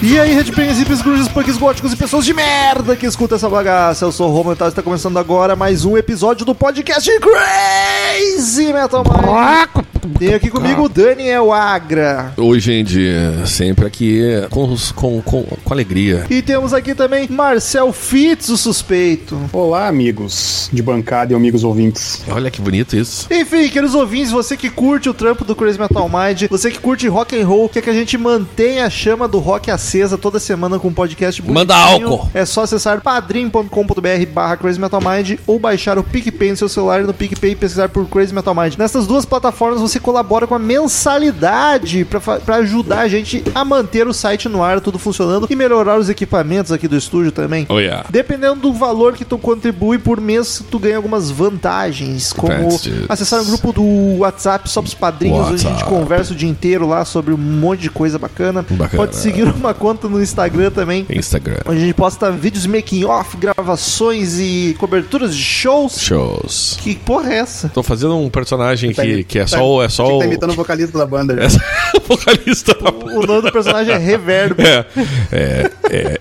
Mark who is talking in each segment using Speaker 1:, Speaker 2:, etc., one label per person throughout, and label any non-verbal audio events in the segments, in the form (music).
Speaker 1: E aí, Red princípios, grujas, punks, góticos e pessoas de merda que escuta essa bagaça. Eu sou o Romulo e está começando agora mais um episódio do podcast Crazy Metal Mind. Tem aqui comigo o Daniel Agra.
Speaker 2: Oi, gente. Sempre aqui com, com, com, com alegria.
Speaker 1: E temos aqui também Marcel Fitz, o suspeito.
Speaker 3: Olá, amigos de bancada e amigos ouvintes.
Speaker 2: Olha que bonito isso.
Speaker 1: Enfim, queridos ouvintes, você que curte o trampo do Crazy Metal Mind, você que curte rock and roll, quer que a gente mantenha a chama do rock acesa toda semana com um podcast bonitinho.
Speaker 2: Manda álcool.
Speaker 1: É só acessar padrim.com.br barra Crazy Metal Mind ou baixar o PicPay no seu celular e no PicPay e pesquisar por Crazy Metal Mind. Nessas duas plataformas você colabora com a mensalidade pra fa- pra ajudar a gente a manter o site no ar, tudo funcionando e melhorar os equipamentos aqui do estúdio também.
Speaker 2: Oh, yeah.
Speaker 1: Dependendo do valor que tu contribui por mês, tu ganha algumas vantagens, como
Speaker 2: Vantagens.
Speaker 1: acessar o grupo do WhatsApp só pros padrinhos, onde a gente
Speaker 2: WhatsApp.
Speaker 1: conversa o dia inteiro lá sobre um monte de coisa bacana.
Speaker 2: Bacana.
Speaker 1: Pode seguir uma conta no Instagram também,
Speaker 2: Instagram.
Speaker 1: onde a gente posta vídeos making off, gravações e coberturas de shows.
Speaker 2: Shows.
Speaker 1: Que porra é essa?
Speaker 2: Tô fazendo um personagem
Speaker 3: Tá
Speaker 2: que,
Speaker 3: imi-
Speaker 2: que é
Speaker 3: tá-
Speaker 2: só o. É só
Speaker 3: Achei que
Speaker 2: o É
Speaker 3: tá imitando
Speaker 2: (laughs)
Speaker 3: o vocalista da banda. já.
Speaker 2: o vocalista da
Speaker 1: O nome do personagem é Reverb.
Speaker 2: É, é,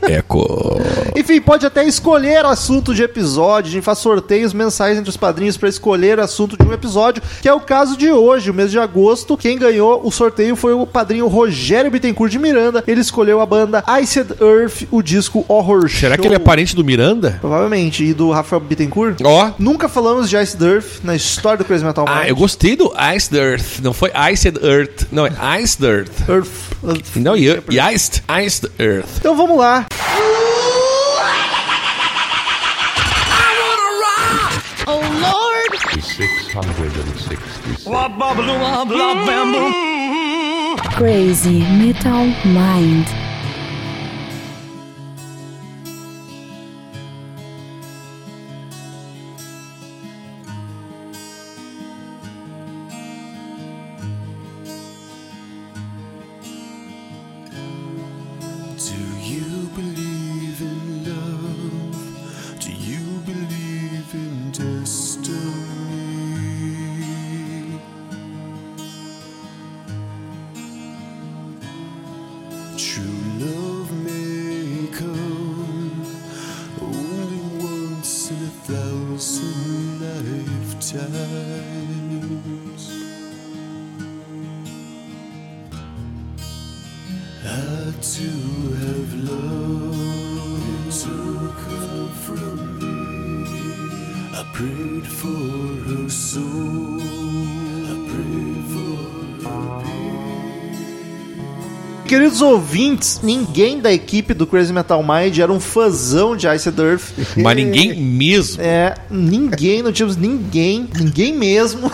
Speaker 2: é, eco.
Speaker 1: Enfim, pode até escolher o assunto de episódio. A gente faz sorteios mensais entre os padrinhos pra escolher o assunto de um episódio, que é o caso de hoje, o mês de agosto. Quem ganhou o sorteio foi o padrinho Rogério Bittencourt de Miranda. Ele escolheu a banda Iced Earth, o disco Horror Show.
Speaker 2: Será que ele é parente do Miranda?
Speaker 1: Provavelmente. E do Rafael Bittencourt?
Speaker 2: Ó.
Speaker 1: Nunca falamos de Iced Earth na história do Crazy Metal
Speaker 2: Ah, eu gostei do Iced Earth. Não foi Iced Earth. Não, é Iced Earth.
Speaker 1: Earth. Earth.
Speaker 2: Não, e, e Iced, Iced Earth.
Speaker 1: Então vamos lá.
Speaker 4: Crazy Metal Mind.
Speaker 5: Do you believe in love? Do you believe in destiny? True love may come only once in a thousand lifetimes. I too have loved to come from me. I prayed for her soul. I prayed for her
Speaker 1: Queridos ouvintes, ninguém da equipe do Crazy Metal Mind era um fãzão de Iced Earth.
Speaker 2: Mas ninguém mesmo.
Speaker 1: É, ninguém, não tínhamos ninguém, ninguém mesmo.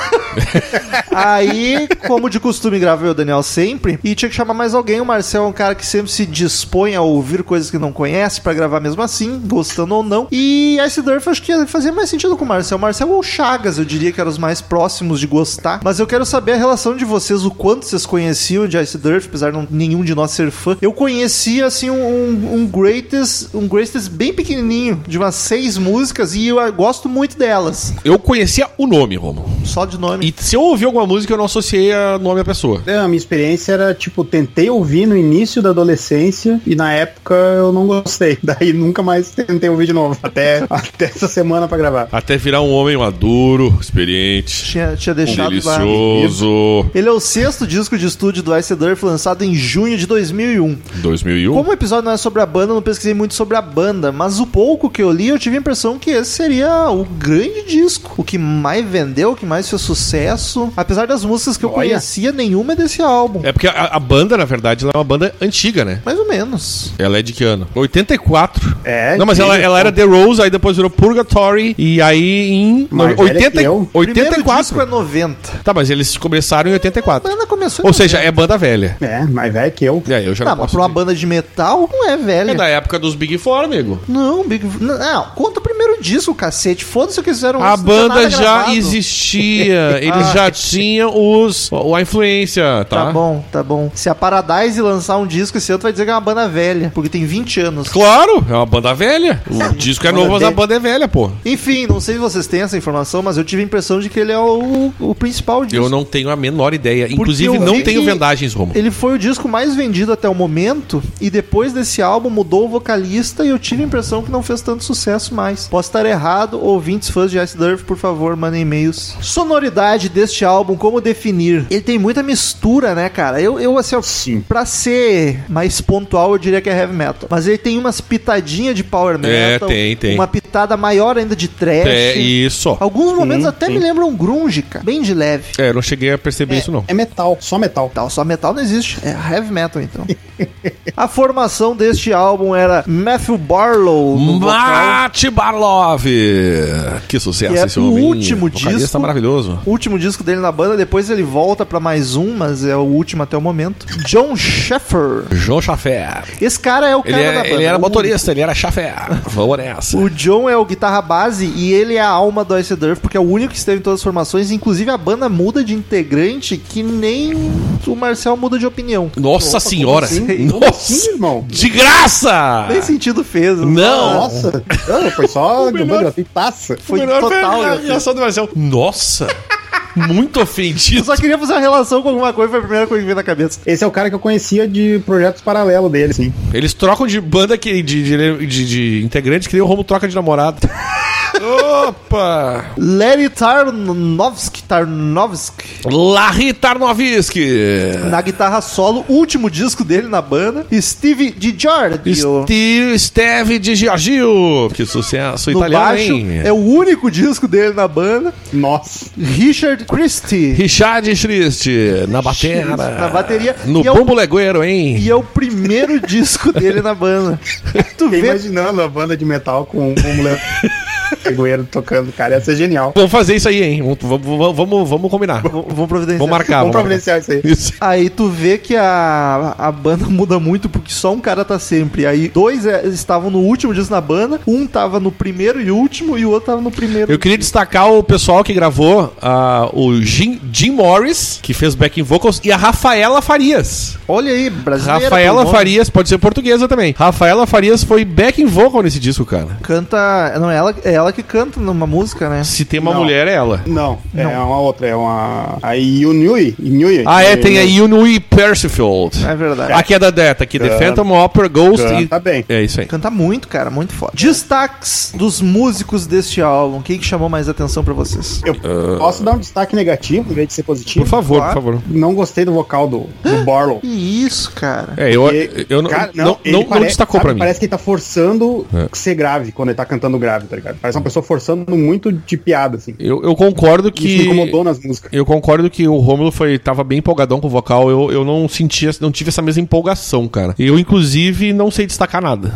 Speaker 1: (laughs) Aí, como de costume, grava eu e o Daniel sempre. E tinha que chamar mais alguém. O Marcel é um cara que sempre se dispõe a ouvir coisas que não conhece pra gravar mesmo assim, gostando ou não. E Ice Durf acho que fazia mais sentido com o Marcel. O Marcel ou o Chagas, eu diria que eram os mais próximos de gostar. Mas eu quero saber a relação de vocês, o quanto vocês conheciam de Ice Durf, apesar de não- nenhum de nós ser fã. Eu conhecia, assim, um, um, um Greatest, um Greatest bem pequenininho, de umas seis músicas, e eu ah, gosto muito delas.
Speaker 2: Eu conhecia o nome, Romulo.
Speaker 1: Só de nome.
Speaker 2: E se eu ouvi alguma música, eu não associei a nome à pessoa.
Speaker 3: É, A minha experiência era, tipo, tentei ouvir no início da adolescência e na época eu não gostei. (laughs) Daí nunca mais tentei ouvir de novo. Até, (laughs) até essa semana pra gravar.
Speaker 2: Até virar um homem maduro, experiente,
Speaker 1: Tinha, tinha
Speaker 2: um
Speaker 1: deixado lá.
Speaker 2: delicioso.
Speaker 1: Ele é o sexto disco de estúdio do Ice Durf, lançado em junho de 2001.
Speaker 2: Então- 2001.
Speaker 1: Como o episódio não é sobre a banda, eu não pesquisei muito sobre a banda, mas o pouco que eu li, eu tive a impressão que esse seria o grande disco, o que mais vendeu, o que mais fez sucesso. Apesar das músicas que eu
Speaker 3: Olha.
Speaker 1: conhecia, nenhuma é desse álbum.
Speaker 2: É porque a, a banda, na verdade, ela é uma banda antiga, né?
Speaker 1: Mais ou menos.
Speaker 2: Ela é de que ano? 84.
Speaker 3: É,
Speaker 2: Não, mas ela,
Speaker 3: incrível.
Speaker 2: ela era The Rose, aí depois virou Purgatory, e aí em
Speaker 3: Mais
Speaker 1: é
Speaker 3: velha que
Speaker 2: 80,
Speaker 3: eu.
Speaker 1: Primeiro disco
Speaker 2: 84.
Speaker 1: é 90.
Speaker 2: Tá, mas eles começaram em 84.
Speaker 1: A banda começou em
Speaker 2: Ou seja, é banda velha.
Speaker 3: É, mais velho que eu.
Speaker 2: É, eu
Speaker 1: 90. Não,
Speaker 2: já não,
Speaker 1: Tá, mas
Speaker 2: posso
Speaker 1: pra uma
Speaker 2: dizer.
Speaker 1: banda de metal, não é velha.
Speaker 2: É da época dos Big Four, amigo.
Speaker 1: Não, Big... Não, conta o primeiro disco, cacete. Foda-se o que eles fizeram
Speaker 2: A
Speaker 1: antes, não tinha
Speaker 2: banda
Speaker 1: nada
Speaker 2: já
Speaker 1: gravado. (laughs) Ah.
Speaker 2: existia, eles já tinham os o- a influência, tá?
Speaker 1: Tá bom, tá bom. Se a Paradise lançar um disco esse ano, tu vai dizer que é uma banda velha, porque tem 20 anos.
Speaker 2: Claro, é uma banda velha. O disco é
Speaker 3: Banda
Speaker 2: novo, mas a
Speaker 3: velha.
Speaker 2: banda é velha, pô.
Speaker 1: Enfim, não sei se vocês têm essa informação, mas eu tive a impressão de que ele é o, o principal disco.
Speaker 2: Eu não tenho a menor ideia.
Speaker 1: Porque
Speaker 2: Inclusive,
Speaker 1: eu
Speaker 2: não
Speaker 1: vi
Speaker 2: tenho
Speaker 1: que-
Speaker 2: vendagens, Romulo.
Speaker 1: Ele foi o disco mais vendido até o momento, e depois desse álbum mudou o vocalista e eu tive a impressão que não fez tanto sucesso mais. Posso estar errado, ouvintes fãs de Ice Durf, por favor, mandem e-mails. Sonoridade deste álbum, como definir? Ele tem muita mistura, né, cara? Eu, eu assim, ó,
Speaker 3: Sim.
Speaker 1: pra ser mais pontual, eu diria que é heavy metal. Mas ele tem umas pitadinhas de power metal.
Speaker 2: É, tem, tem.
Speaker 1: Uma pitada maior ainda de trash.
Speaker 2: É isso.
Speaker 1: Alguns momentos
Speaker 3: Sim,
Speaker 1: até
Speaker 3: sim.
Speaker 1: me lembram grunge, cara. Bem de leve.
Speaker 2: É, eu não cheguei a perceber isso, não.
Speaker 3: É metal, só metal.
Speaker 1: Tal, só metal não existe. É heavy metal,
Speaker 3: (laughs)
Speaker 1: então. a formação deste álbum era Matthew Barlow no vocal.
Speaker 2: Mate Barlov! Que sucesso
Speaker 1: Que é
Speaker 2: esse
Speaker 1: o
Speaker 2: homem.
Speaker 1: último
Speaker 2: vocalista
Speaker 1: disco.
Speaker 2: maravilhoso.
Speaker 1: O Último disco dele na banda, depois ele volta pra mais um, mas é o último até o momento. John Sheffer.
Speaker 2: João Chafé.
Speaker 1: Esse cara é o
Speaker 2: Ele,
Speaker 1: cara da
Speaker 2: é-
Speaker 1: banda.
Speaker 2: ele era
Speaker 1: o
Speaker 2: motorista, ele era chafé. Vamos nessa.
Speaker 1: O John é o guitarra base e ele é a alma do Ice Durf, porque é o único que esteve em todas as formações. Inclusive, a banda muda de integrante que nem o Marcel muda de opinião.
Speaker 2: Nossa senhora!
Speaker 1: assim?
Speaker 2: Nossa!
Speaker 3: Sim, irmão.
Speaker 2: De graça!
Speaker 1: Nem sentido fez.
Speaker 2: Não. (laughs)
Speaker 3: Nossa, Não, foi só gambando assim, passa.
Speaker 1: Foi
Speaker 2: É
Speaker 1: total.
Speaker 2: foi a
Speaker 1: eu fiz.
Speaker 2: reação do Marcel. Nossa! Muito
Speaker 1: Eu
Speaker 2: ofendido.
Speaker 1: só queria fazer uma relação com alguma coisa, foi a primeira coisa que veio na cabeça.
Speaker 3: Esse é o cara que eu conhecia de projetos paralelos dele, sim.
Speaker 2: Eles trocam de banda que, de, de, de- de integrante que nem o Romo troca de namorado.
Speaker 1: (laughs)
Speaker 2: Opa!
Speaker 1: Larry Tarnovsky, Tarnovsky,
Speaker 2: Larry Tarnovsky!
Speaker 1: na guitarra solo, último disco dele na banda. Steve DiGiorgio
Speaker 2: Steve, Steve de Giorgio. Que sucesso
Speaker 1: no
Speaker 2: italiano,
Speaker 1: baixo,
Speaker 2: hein?
Speaker 1: é o único disco dele na banda.
Speaker 3: Nossa.
Speaker 1: Richard Christie
Speaker 2: Richard Triste na bateria.
Speaker 1: na bateria.
Speaker 2: No
Speaker 1: E é o-
Speaker 2: bombo legueiro, hein?
Speaker 1: e é o primeiro (laughs) disco dele na banda. Tu
Speaker 3: (laughs) Fiquei
Speaker 1: vê
Speaker 3: imaginando a banda de metal com um
Speaker 2: (laughs)
Speaker 3: moleque tocando, cara. Ia ser genial.
Speaker 2: Vamos fazer isso aí, hein? Vamos, vamos, vamos, vamos combinar. Vamos
Speaker 1: Vamos vamos providenciar.
Speaker 2: marcar.
Speaker 3: Vamos providenciar isso aí.
Speaker 2: Isso.
Speaker 1: Aí tu vê que a, a banda muda muito porque só um cara tá sempre. Aí dois é, estavam no último disco na banda, um tava no primeiro e último e o outro tava no primeiro.
Speaker 2: Eu queria destacar o pessoal que gravou ah, o Jim, Jim Morris, que fez backing vocals, e a Rafaela Farias.
Speaker 1: Olha aí, brasileira.
Speaker 2: Rafaela
Speaker 1: pelo nome.
Speaker 2: Farias, pode ser portuguesa também. Rafaela Farias foi backing vocal nesse disco, cara.
Speaker 1: Canta. Não, é ela, é ela que canta numa música, né?
Speaker 2: Se tem uma
Speaker 3: Não.
Speaker 2: mulher, é ela.
Speaker 3: Não, é uma outra, é uma. A Yunui. Yunui.
Speaker 2: Ah, é, tem a Yunui Persefield.
Speaker 1: É verdade.
Speaker 2: Aqui é da Deta, aqui The
Speaker 3: Canta.
Speaker 2: Phantom Opera Ghost e...
Speaker 3: Tá bem.
Speaker 2: É isso aí.
Speaker 1: Canta muito, cara, muito foda. Destaques dos músicos deste álbum. Quem que chamou mais atenção pra vocês?
Speaker 3: Eu posso dar um destaque negativo em vez de ser positivo?
Speaker 2: Ah. Por favor,
Speaker 1: Claro.
Speaker 2: por favor.
Speaker 3: Não gostei do vocal do, do Barlow.
Speaker 1: Que isso, cara.
Speaker 2: É, eu,
Speaker 3: Porque,
Speaker 2: eu não,
Speaker 3: cara,
Speaker 2: não,
Speaker 3: ele
Speaker 2: não- não
Speaker 3: parece-
Speaker 2: destacou
Speaker 3: sabe,
Speaker 2: pra mim.
Speaker 3: Parece que ele tá forçando
Speaker 2: É.
Speaker 3: ser grave quando ele tá cantando grave, tá ligado? Parece uma pessoa forçando muito de piada, assim.
Speaker 2: Eu, eu concordo
Speaker 3: Que... Isso me
Speaker 2: que...
Speaker 3: incomodou nas músicas.
Speaker 2: Eu concordo que o Rômulo foi tava bem empolgadão com o vocal. Eu, eu não sentia, não tive essa mesma empolgação, cara. Eu inclusive não sei destacar nada.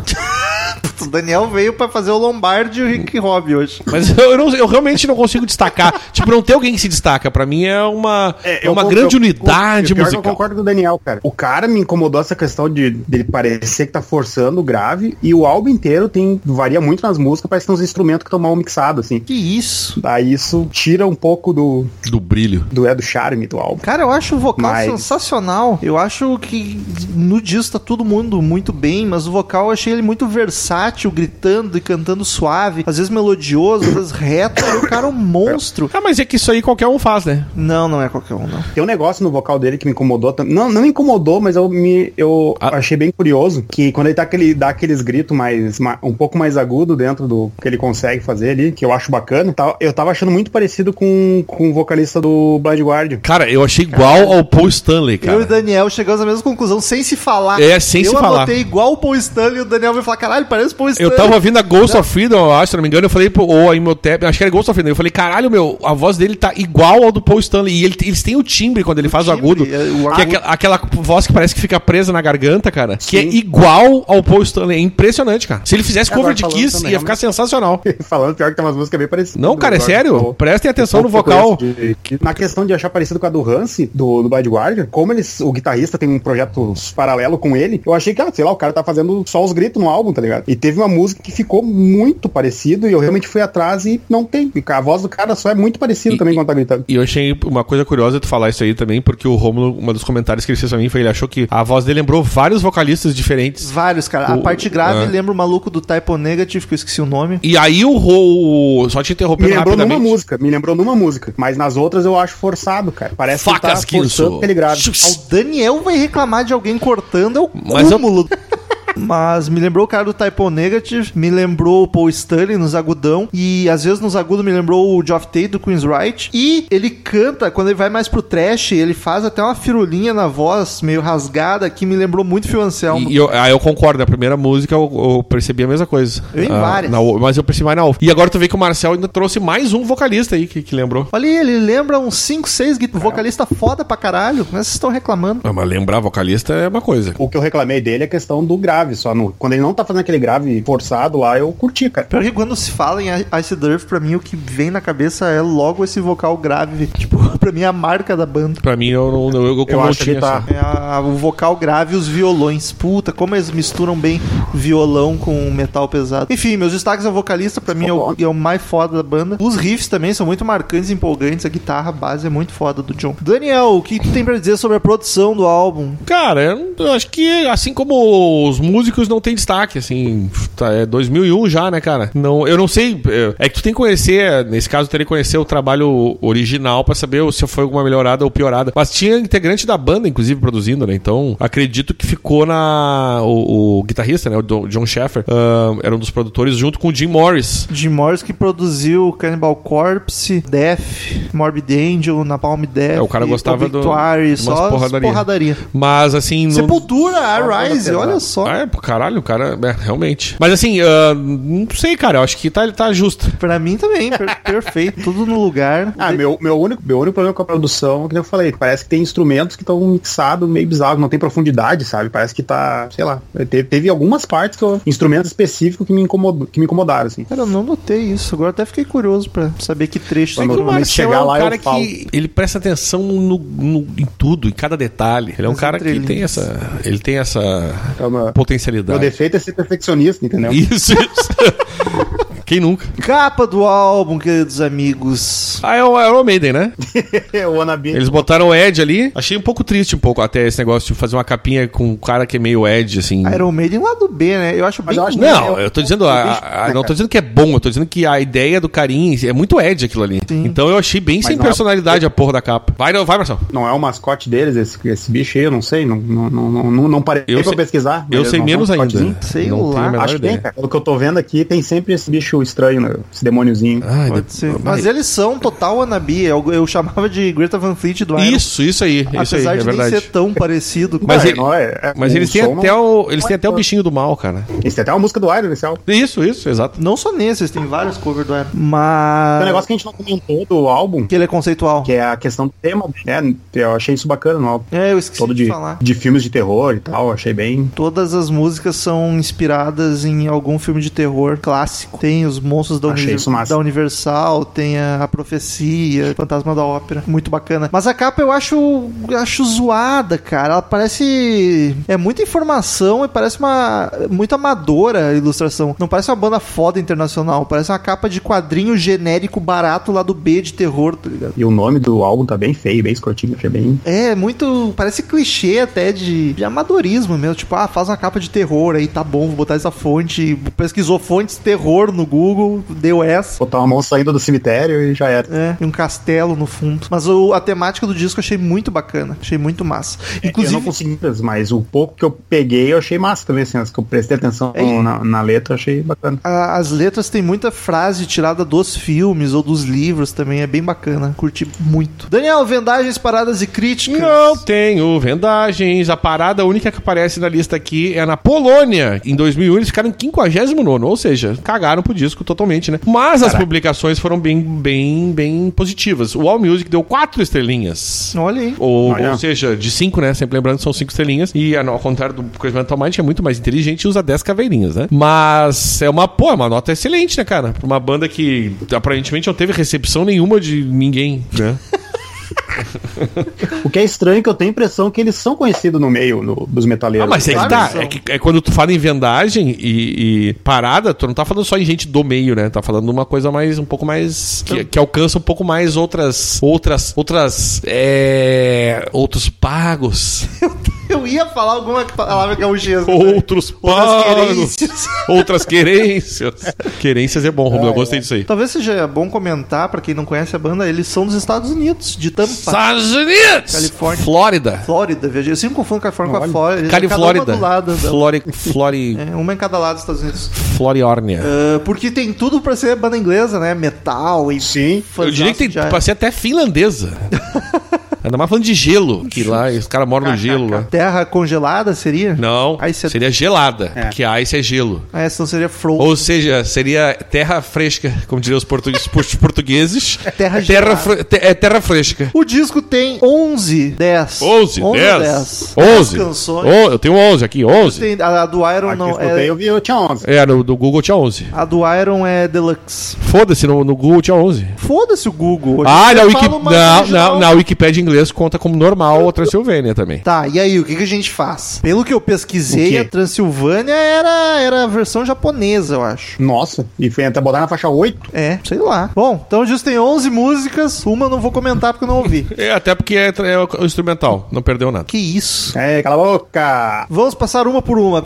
Speaker 1: O Daniel veio pra fazer o Lombardi e o Rick Robbie hoje.
Speaker 2: Mas (laughs) eu, não- eu realmente não consigo destacar. tipo, não tem alguém que se destaca. Pra mim é uma é,
Speaker 3: eu
Speaker 2: uma
Speaker 3: con-
Speaker 2: grande
Speaker 3: eu-
Speaker 2: unidade
Speaker 3: o pior é que Eu
Speaker 2: musical.
Speaker 3: concordo com o Daniel, cara. O cara me incomodou essa questão de dele parecer que tá forçando o grave e o álbum inteiro tem varia muito nas músicas, parece que tem uns instrumentos que estão mal mixados, assim.
Speaker 1: Que isso.
Speaker 3: Daí isso tira um pouco do,
Speaker 2: Do brilho.
Speaker 3: do, é, do charme do álbum.
Speaker 1: Cara, eu acho o vocal
Speaker 3: Mas-
Speaker 1: sensacional. Eu acho que no disco tá todo mundo muito bem, mas o vocal eu achei ele muito versátil, gritando e cantando suave, às vezes melodioso, às vezes reto. Ele é um cara um monstro.
Speaker 2: Ah, mas é que isso aí qualquer um faz, né?
Speaker 1: Não, não é qualquer um, não.
Speaker 3: Tem um negócio no vocal dele que me incomodou também. Não, não me incomodou, mas eu me eu
Speaker 2: Ah.
Speaker 3: achei bem curioso que quando ele tá aquele, dá aqueles gritos mais ma- um pouco mais agudo dentro do que ele consegue fazer ali, que eu acho bacana, tá, eu tava achando muito parecido com, com o vocalista do Blind Guardian.
Speaker 2: Cara, eu achei igual ao Paul Stanley,
Speaker 1: Eu e o
Speaker 2: cara.
Speaker 1: Daniel chegamos à mesma conclusão, sem se falar.
Speaker 2: É, sem
Speaker 1: eu
Speaker 2: se falar.
Speaker 1: Eu anotei igual o Paul Stanley e o Daniel vai falar, caralho, parece o Paul Stanley.
Speaker 2: Eu tava ouvindo a Ghost of Freedom, eu acho, se não me engano, eu falei, pro- ou a Imhotep, acho que era Ghost of Freedom, eu falei, caralho, meu, a voz dele tá igual ao do Paul Stanley, e ele- eles têm o timbre quando ele faz o
Speaker 1: timbre,
Speaker 2: agudo,
Speaker 1: é, o
Speaker 2: que é
Speaker 1: agudo.
Speaker 2: aquela, aquela voz que parece que fica presa na garganta, cara, que é
Speaker 3: Sim.
Speaker 2: igual ao Paul Stanley, é impressionante, cara. Se ele fizesse cover
Speaker 3: Agora
Speaker 2: de
Speaker 3: falando
Speaker 2: Kiss,
Speaker 3: também, é
Speaker 2: ia ficar sensacional.
Speaker 3: (laughs) Falando pior que tem umas músicas bem parecidas. né,
Speaker 2: Não, cara, é
Speaker 3: Agora,
Speaker 2: sério,
Speaker 3: tô-
Speaker 2: prestem atenção no
Speaker 3: tô com
Speaker 2: vocal.
Speaker 3: um esse de- Na questão de achar parecido com a do Hans, do, do Bad Guardian, como eles, o guitarrista tem um projeto paralelo com ele, eu achei que, ah, sei lá, o cara tá fazendo só os gritos no álbum, tá ligado? E, te- teve uma música que ficou muito parecido e eu realmente fui atrás e não tem. A voz do cara só é muito parecida
Speaker 2: E-
Speaker 3: também quando tá gritando.
Speaker 2: E eu achei uma coisa curiosa tu falar isso aí também, porque o Romulo, um dos comentários que ele fez pra mim foi ele achou que a voz dele lembrou vários vocalistas diferentes.
Speaker 1: Vários, cara.
Speaker 2: O-
Speaker 1: a parte grave
Speaker 2: é.
Speaker 1: lembra o maluco do Typo Negative, que eu esqueci o nome.
Speaker 2: E aí o Ro... Só te
Speaker 3: Me
Speaker 2: interrompendo
Speaker 3: lembrou numa
Speaker 2: rapidamente.
Speaker 3: música, me lembrou numa música, mas nas outras eu acho forçado, cara. Parece
Speaker 6: Facas,
Speaker 3: que tá forçando
Speaker 6: Quinso.
Speaker 3: aquele grave.
Speaker 1: Ah, O Daniel vai reclamar de alguém cortando, é o
Speaker 6: Mas eu-
Speaker 1: cúmulo. Mas me lembrou o cara do Typo Negative, me lembrou o Paul Stanley nos agudão, e às vezes nos agudos me lembrou o Geoff Tate do Queen's Right. E ele canta, quando ele vai mais pro trash, ele faz até uma firulinha na voz, meio rasgada, que me lembrou muito Phil Anselmo.
Speaker 2: E, e eu, ah, eu concordo, na primeira música eu, eu percebi a mesma coisa.
Speaker 1: Eu em
Speaker 2: Ah,
Speaker 1: várias.
Speaker 2: na o- mas eu percebi mais na outra. E agora tu vê que o Marcel ainda trouxe mais um vocalista aí que, que lembrou.
Speaker 1: Olha aí, ele lembra uns 5, 6
Speaker 2: É.
Speaker 1: vocalista foda pra caralho, mas vocês estão reclamando.
Speaker 2: Ah, mas lembrar vocalista é uma coisa.
Speaker 3: O que eu reclamei dele é a questão do grave, só no, quando ele não tá fazendo aquele grave forçado lá, eu curti, cara.
Speaker 1: Pior que quando se fala em Ice Durf, pra mim o que vem na cabeça é logo esse vocal grave. (laughs) Tipo, pra mim é a marca da banda.
Speaker 2: Pra mim, eu não. Eu, eu, como
Speaker 3: Eu
Speaker 2: eu
Speaker 3: acho
Speaker 2: tinha assim.
Speaker 3: que tá.
Speaker 2: essa-
Speaker 1: É a- o vocal grave e os violões. Puta, como eles misturam bem violão com metal pesado. Enfim, meus destaques a vocalista, pra mim, é o, é o mais foda da banda. Os riffs também são muito marcantes, empolgantes. A guitarra, a base é muito foda do John. Daniel, o que tu tem pra dizer sobre a produção do álbum?
Speaker 2: Cara, eu, não- eu acho que assim como os músicos não tem destaque, assim, tá, é 2001 já, né, cara? Não, eu não sei, é, é que tu tem que conhecer, nesse caso, tu teria que conhecer o trabalho original pra saber se foi alguma melhorada ou piorada. Mas tinha integrante da banda, inclusive, produzindo, né? Então, acredito que ficou na... o, o guitarrista, né, o Do- John Sheffer, ah, era um dos produtores, junto com o Jim Morris.
Speaker 1: Jim Morris que produziu Cannibal Corpse, Death, Morbid Angel, Napalm Death,
Speaker 2: É, o cara gostava do-
Speaker 1: Obituary,
Speaker 2: umas
Speaker 1: só as
Speaker 2: porradaria.
Speaker 1: porradaria.
Speaker 2: Mas, assim... não-
Speaker 1: Sepultura, a Rise, olha só.
Speaker 2: Ah, é, pô, caralho, o cara, é, realmente. Mas assim, ah, não sei, cara, eu acho que tá, tá justo.
Speaker 1: Pra mim também, per- (laughs) perfeito, tudo no lugar.
Speaker 3: Ah, meu, meu, único, meu único problema com a produção, que nem eu falei, parece que tem instrumentos que estão mixados meio bizarro, não tem profundidade, sabe? Parece que tá, sei lá, teve, teve algumas partes que eu, instrumentos específicos que me, incomodou, que me incomodaram, assim.
Speaker 1: Cara, eu não notei isso, agora até fiquei curioso pra saber que trecho.
Speaker 2: Porque
Speaker 3: Mas
Speaker 1: tem.
Speaker 2: o
Speaker 3: Normalmente
Speaker 2: Marcel
Speaker 3: chegar
Speaker 2: é um
Speaker 3: lá, eu
Speaker 2: cara
Speaker 3: falo.
Speaker 2: que ele presta atenção no- no- em tudo, em cada detalhe. Ele é um
Speaker 1: Nas
Speaker 2: cara que tem
Speaker 1: entrelinhas.
Speaker 2: essa, ele tem essa
Speaker 3: Então, meu, meu
Speaker 2: potencialidade.
Speaker 3: defeito é ser perfeccionista, entendeu?
Speaker 2: Isso, isso. Quem nunca?
Speaker 1: Capa do álbum, queridos amigos.
Speaker 2: Ah, é o Iron Maiden, né?
Speaker 3: (laughs) o Wannabe.
Speaker 2: Eles botaram o Ed ali. Achei um pouco triste, um pouco até esse negócio de fazer uma capinha com um cara que é meio Ed, assim.
Speaker 1: Iron Maiden lá do B, né? Eu acho
Speaker 3: Mas
Speaker 1: bem
Speaker 3: eu acho
Speaker 1: ruim.
Speaker 2: Não, eu tô dizendo. a- a- a- não tô dizendo que é bom, eu tô dizendo que a ideia do carinho é muito Ed aquilo ali.
Speaker 1: Sim.
Speaker 2: Então eu achei bem sem
Speaker 3: não é-
Speaker 2: personalidade a porra da capa. Vai, não, vai, Marcelo.
Speaker 3: Não é o mascote deles, esse, esse bicho aí, eu não sei, não, não, não, não, não, não parei
Speaker 2: Eu
Speaker 3: pra
Speaker 2: sei-
Speaker 3: pesquisar. mas
Speaker 2: Eu
Speaker 3: eles
Speaker 2: sei
Speaker 3: não são
Speaker 2: menos
Speaker 3: mascotezinho.
Speaker 2: ainda.
Speaker 1: Sei
Speaker 2: Não tenho
Speaker 1: lá.
Speaker 2: a menor
Speaker 3: Acho que tem,
Speaker 2: ideia.
Speaker 3: cara. Pelo que eu tô vendo aqui, tem sempre esse bicho estranho, né? esse demôniozinho.
Speaker 2: Ai,
Speaker 1: Pode
Speaker 2: de-
Speaker 1: ser. Mas eles são total wannabe, eu, eu chamava de Greta Van Fleet do Iron.
Speaker 2: Isso, isso aí, isso aí,
Speaker 1: Apesar
Speaker 2: é
Speaker 1: de nem
Speaker 2: verdade.
Speaker 1: ser tão parecido.
Speaker 2: Mas
Speaker 3: Não,
Speaker 2: ele-
Speaker 3: não é- é-
Speaker 2: Mas
Speaker 3: o
Speaker 2: eles têm
Speaker 3: som
Speaker 2: até
Speaker 3: não-
Speaker 2: o. Eles têm até o bichinho do mal, cara.
Speaker 3: Eles têm até uma música do Iron inicial.
Speaker 2: Isso, isso, exato.
Speaker 1: Não só nesses, tem vários covers do Iron.
Speaker 3: Tem
Speaker 1: Mas.
Speaker 2: Ah.
Speaker 3: um negócio que a gente não comentou do álbum,
Speaker 1: que ele é conceitual.
Speaker 3: que é a questão do tema. né? eu achei isso bacana no álbum.
Speaker 1: É, eu esqueci
Speaker 3: Todo
Speaker 1: de
Speaker 3: de,
Speaker 1: falar.
Speaker 3: de filmes de terror e tal, achei bem.
Speaker 1: Todas as músicas são inspiradas em algum filme de terror clássico. Tem os monstros da,
Speaker 3: Achei
Speaker 1: Univer-
Speaker 3: isso massa.
Speaker 1: da Universal, tem a, a Profecia, Fantasma da Ópera. Muito bacana. Mas a capa eu acho, acho zoada, cara. Ela parece. É muita informação e parece uma. Muito amadora a ilustração. Não parece uma banda foda internacional. Parece uma capa de quadrinho genérico barato lá do B de terror, tá ligado?
Speaker 3: E o nome do álbum tá bem feio, bem escrotinho, achei bem.
Speaker 1: É, muito. Parece clichê até de, de amadorismo mesmo. Tipo, ah, faz uma capa de terror aí, tá bom, vou botar essa fonte. Pesquisou fontes terror no Google, deu essa.
Speaker 3: Botar uma mão saindo do cemitério e já era.
Speaker 1: É, e um castelo no fundo. Mas o- a temática do disco eu achei muito bacana. Achei muito massa.
Speaker 3: É, Eu não
Speaker 1: Inclusive,
Speaker 3: consegui, mas o pouco que eu peguei eu achei massa também, assim, as que eu prestei atenção
Speaker 1: É.
Speaker 3: na, na letra, eu achei bacana.
Speaker 1: a- as letras têm muita frase tirada dos filmes ou dos livros também. É bem bacana. Curti muito. Daniel, vendagens, paradas e críticas.
Speaker 2: Não tenho vendagens. A parada única que aparece na lista aqui é na Polônia. Em 2001 eles ficaram em 59, ou seja, cagaram pro disco totalmente, né? Mas as publicações foram bem, bem, bem positivas. O All Music deu quatro estrelinhas.
Speaker 1: Olha aí.
Speaker 2: Ou,
Speaker 3: Olha.
Speaker 2: ou seja, de cinco, né? Sempre lembrando, são cinco estrelinhas. E a- ao contrário do Crazy Metal Mind, que é muito mais inteligente e usa 10 caveirinhas, né? Mas é uma, pô, é uma nota excelente,
Speaker 1: (laughs)
Speaker 2: né, cara? Pra uma banda que aparentemente não teve recepção nenhuma de ninguém, né?
Speaker 3: O que é estranho é que eu tenho a impressão que eles são conhecidos no meio no- dos
Speaker 2: Ah,
Speaker 3: metaleiros.
Speaker 2: mas é que
Speaker 1: Claro
Speaker 2: tá.
Speaker 1: que são.
Speaker 2: É, que- é quando tu fala em vendagem e, e parada, tu não tá falando só em gente do meio, né? Tá falando de uma coisa mais, um pouco mais. que, que alcança um pouco mais outras. Outras. Outras. É, outros pagos.
Speaker 1: Eu ia falar alguma palavra é um gauchesca.
Speaker 2: Outros
Speaker 1: (laughs) Outras
Speaker 2: pagos.
Speaker 1: querências.
Speaker 2: Outras querências. (laughs) Querências é bom, Romulo. Eu gostei disso aí.
Speaker 1: Talvez seja bom comentar, pra quem não conhece a banda, eles são dos Estados Unidos, de Tampa,
Speaker 2: Estados Unidos!
Speaker 1: Califórnia.
Speaker 2: Flórida.
Speaker 1: Flórida. viajei. Eu sempre confundo Califórnia com a
Speaker 3: Olha.
Speaker 1: Flórida. Eles são cada uma
Speaker 2: Califlórida.
Speaker 1: do lado. da- (laughs)
Speaker 2: Flori. Flori.
Speaker 1: É, uma em cada lado dos Estados Unidos.
Speaker 2: Floriórnia.
Speaker 1: Ah, porque tem tudo pra ser banda inglesa, né? Metal e...
Speaker 3: Sim.
Speaker 1: fãs
Speaker 2: Eu diria que tem,
Speaker 1: É, já-
Speaker 2: pra ser até finlandesa.
Speaker 1: (laughs)
Speaker 2: Ainda mais falando de gelo, que lá os caras moram no gelo lá.
Speaker 1: Terra congelada seria?
Speaker 2: Não,
Speaker 1: Ice é-
Speaker 2: seria gelada,
Speaker 3: É.
Speaker 2: porque ice é gelo.
Speaker 1: Ah, essa não seria Frozen.
Speaker 2: Ou seja, seria terra fresca, como diriam os portu- (laughs) os portugueses.
Speaker 1: É terra
Speaker 2: terra
Speaker 1: gelada.
Speaker 2: fre- te- É terra fresca.
Speaker 1: O disco tem 11, 10.
Speaker 2: 11, 10. 11.
Speaker 1: canções.
Speaker 2: Oh, eu tenho 11 aqui, 11.
Speaker 1: Tem- a, a do Iron
Speaker 3: Aqui eu
Speaker 1: não
Speaker 3: escutei,
Speaker 1: é...
Speaker 3: eu vi, eu tinha 11.
Speaker 2: É, no, do Google tinha 11.
Speaker 1: A do Iron é deluxe.
Speaker 2: Foda-se, no, no Google tinha 11.
Speaker 1: Foda-se o Google. Hoje
Speaker 2: Ah,
Speaker 1: eu falo
Speaker 2: na, Wiki...
Speaker 1: uma
Speaker 2: não,
Speaker 1: original.
Speaker 2: não, na Wikipédia em inglês conta como normal a Transilvânia também.
Speaker 1: Tá, e aí, o que, que a gente faz? Pelo que eu
Speaker 3: O
Speaker 1: pesquisei,
Speaker 3: quê?
Speaker 1: a Transilvânia era, era a versão japonesa, eu acho.
Speaker 3: Nossa, e foi até botar na faixa 8.
Speaker 1: É, sei lá. Bom, então o disco tem 11 músicas, uma eu não vou comentar porque eu não ouvi.
Speaker 2: É, até porque é, tra- é o instrumental, não perdeu
Speaker 1: (laughs)
Speaker 2: nada.
Speaker 1: que isso?
Speaker 3: É, cala a boca.
Speaker 1: Vamos passar uma por uma.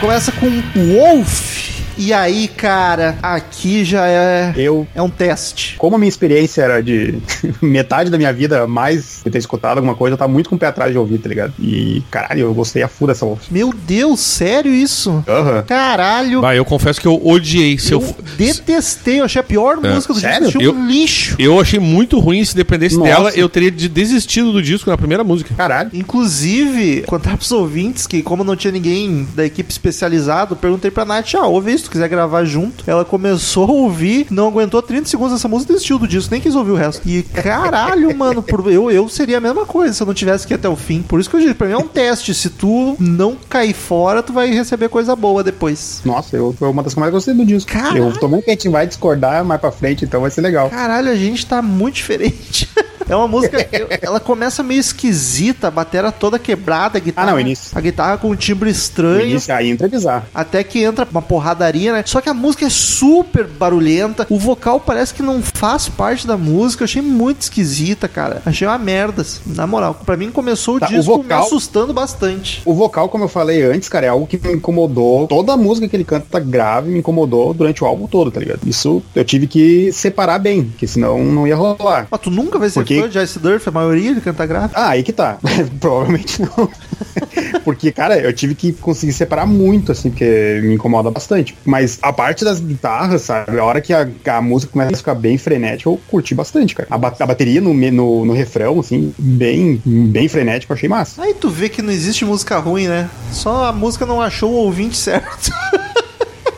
Speaker 1: Começa com Wolf. E aí, cara, aqui já é,
Speaker 3: Eu,
Speaker 1: é um teste.
Speaker 3: como a minha experiência era de (laughs) metade da minha vida mais de ter escutado alguma coisa, eu tava muito com o pé atrás de ouvir, tá ligado? E caralho, eu gostei a full dessa Wolf.
Speaker 1: Meu Deus, sério isso?
Speaker 3: Aham.
Speaker 1: Caralho,
Speaker 2: Bah, eu confesso que eu odiei. Se
Speaker 1: eu
Speaker 2: eu, f- É.
Speaker 1: detestei, eu achei a pior música do
Speaker 3: sério?
Speaker 1: disco, achei um lixo.
Speaker 2: eu achei muito ruim. Se dependesse
Speaker 3: Nossa.
Speaker 2: dela, eu teria de- desistido do disco na primeira música.
Speaker 3: Caralho.
Speaker 1: Inclusive, contar pros ouvintes que, como não tinha ninguém da equipe especializado, perguntei pra Nath: ah, ouve isso, tu quiser gravar junto. Ela começou a ouvir, não aguentou 30 segundos essa música e desistiu do disco, nem quis ouvir o resto. E caralho, mano, por- eu, eu seria a mesma coisa se eu não tivesse que ir até o fim. Por isso que eu digo: pra mim é um teste. Se tu não cair fora, tu vai receber coisa boa depois.
Speaker 3: Nossa, eu, foi uma das que eu mais gostei do disco.
Speaker 1: Caralho.
Speaker 3: Eu tô muito que a gente vai discordar mais pra frente, então vai ser legal.
Speaker 1: Caralho, a gente tá muito diferente. (laughs) É uma música. eu- Ela começa meio esquisita, a batera toda quebrada, a guitarra.
Speaker 3: Ah, não, início.
Speaker 1: A guitarra com um timbre
Speaker 3: O
Speaker 1: estranho.
Speaker 3: início, a intro é bizarro.
Speaker 1: Até que entra uma porradaria, né? Só que a música é super barulhenta. O vocal parece que não faz parte da música. Eu achei muito esquisita, cara. Achei uma merda. assim, Na moral, pra mim começou o
Speaker 3: Tá, o
Speaker 1: disco me
Speaker 3: vocal-
Speaker 1: assustando bastante.
Speaker 3: O vocal, como eu falei antes, cara, é algo que me incomodou. Toda a música que ele canta tá grave me incomodou durante o álbum todo, tá ligado? Isso eu tive que separar bem, porque senão não ia rolar.
Speaker 1: Mas tu nunca vai ser
Speaker 3: Por quê?
Speaker 1: fã de Ice Durf, a maioria ele canta grave.
Speaker 3: Ah, aí que tá. (laughs) Provavelmente não. (laughs) porque, cara, eu tive que conseguir separar muito, assim, porque me incomoda bastante. Mas a parte das guitarras, sabe? A hora que a, a música começa a ficar bem frenética, eu curti bastante, cara. A, ba- a bateria no, me- no, no refrão, assim, bem, bem frenética, eu achei massa.
Speaker 1: Aí tu vê que não existe música ruim, né? Só a música não achou o ouvinte (laughs) certo.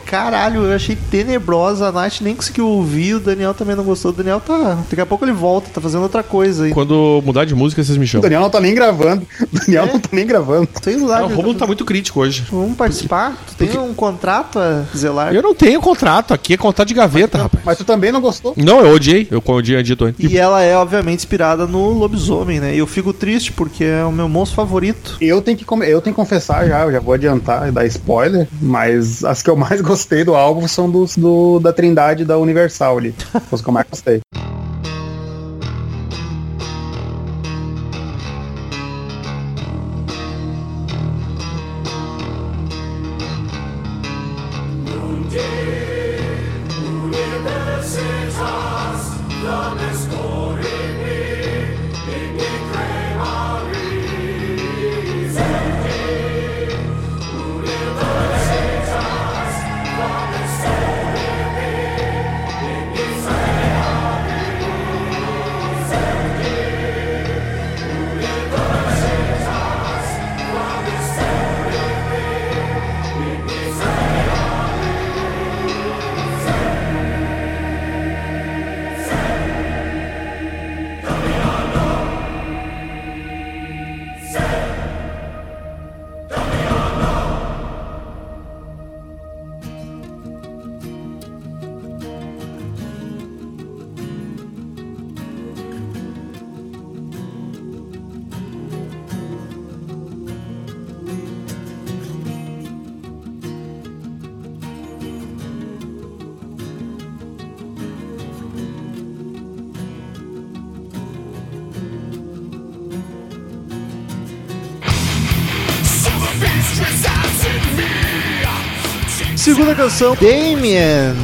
Speaker 1: Caralho, eu achei tenebrosa. A Nath nem conseguiu ouvir, o Daniel também não gostou. O Daniel tá. Daqui a pouco ele volta, tá fazendo outra coisa aí.
Speaker 2: Quando mudar de música, vocês me
Speaker 3: O
Speaker 2: chamam.
Speaker 3: Daniel não tá nem gravando. (laughs) O Daniel não tá nem gravando.
Speaker 1: Sei lá,
Speaker 2: Ah, o
Speaker 1: ele tá
Speaker 2: Romulo tá muito crítico hoje.
Speaker 1: Vamos participar? Tu tem um contrato a zelar?
Speaker 2: Eu não tenho contrato, aqui é contrato de gaveta, rapaz.
Speaker 3: Mas tu também não gostou?
Speaker 2: Não, eu odiei, eu como eu tinha dito antes.
Speaker 1: E ela é, obviamente, inspirada no lobisomem, né? E eu fico triste porque é o meu monstro favorito.
Speaker 3: Eu tenho que com- eu tenho que confessar já, eu já vou adiantar e dar spoiler, mas as que eu mais (laughs) gostei do álbum são dos do, da Trindade e da Universal ali. Os que eu mais gostei.
Speaker 5: Universitas, the miscor
Speaker 1: Segunda canção, Damien.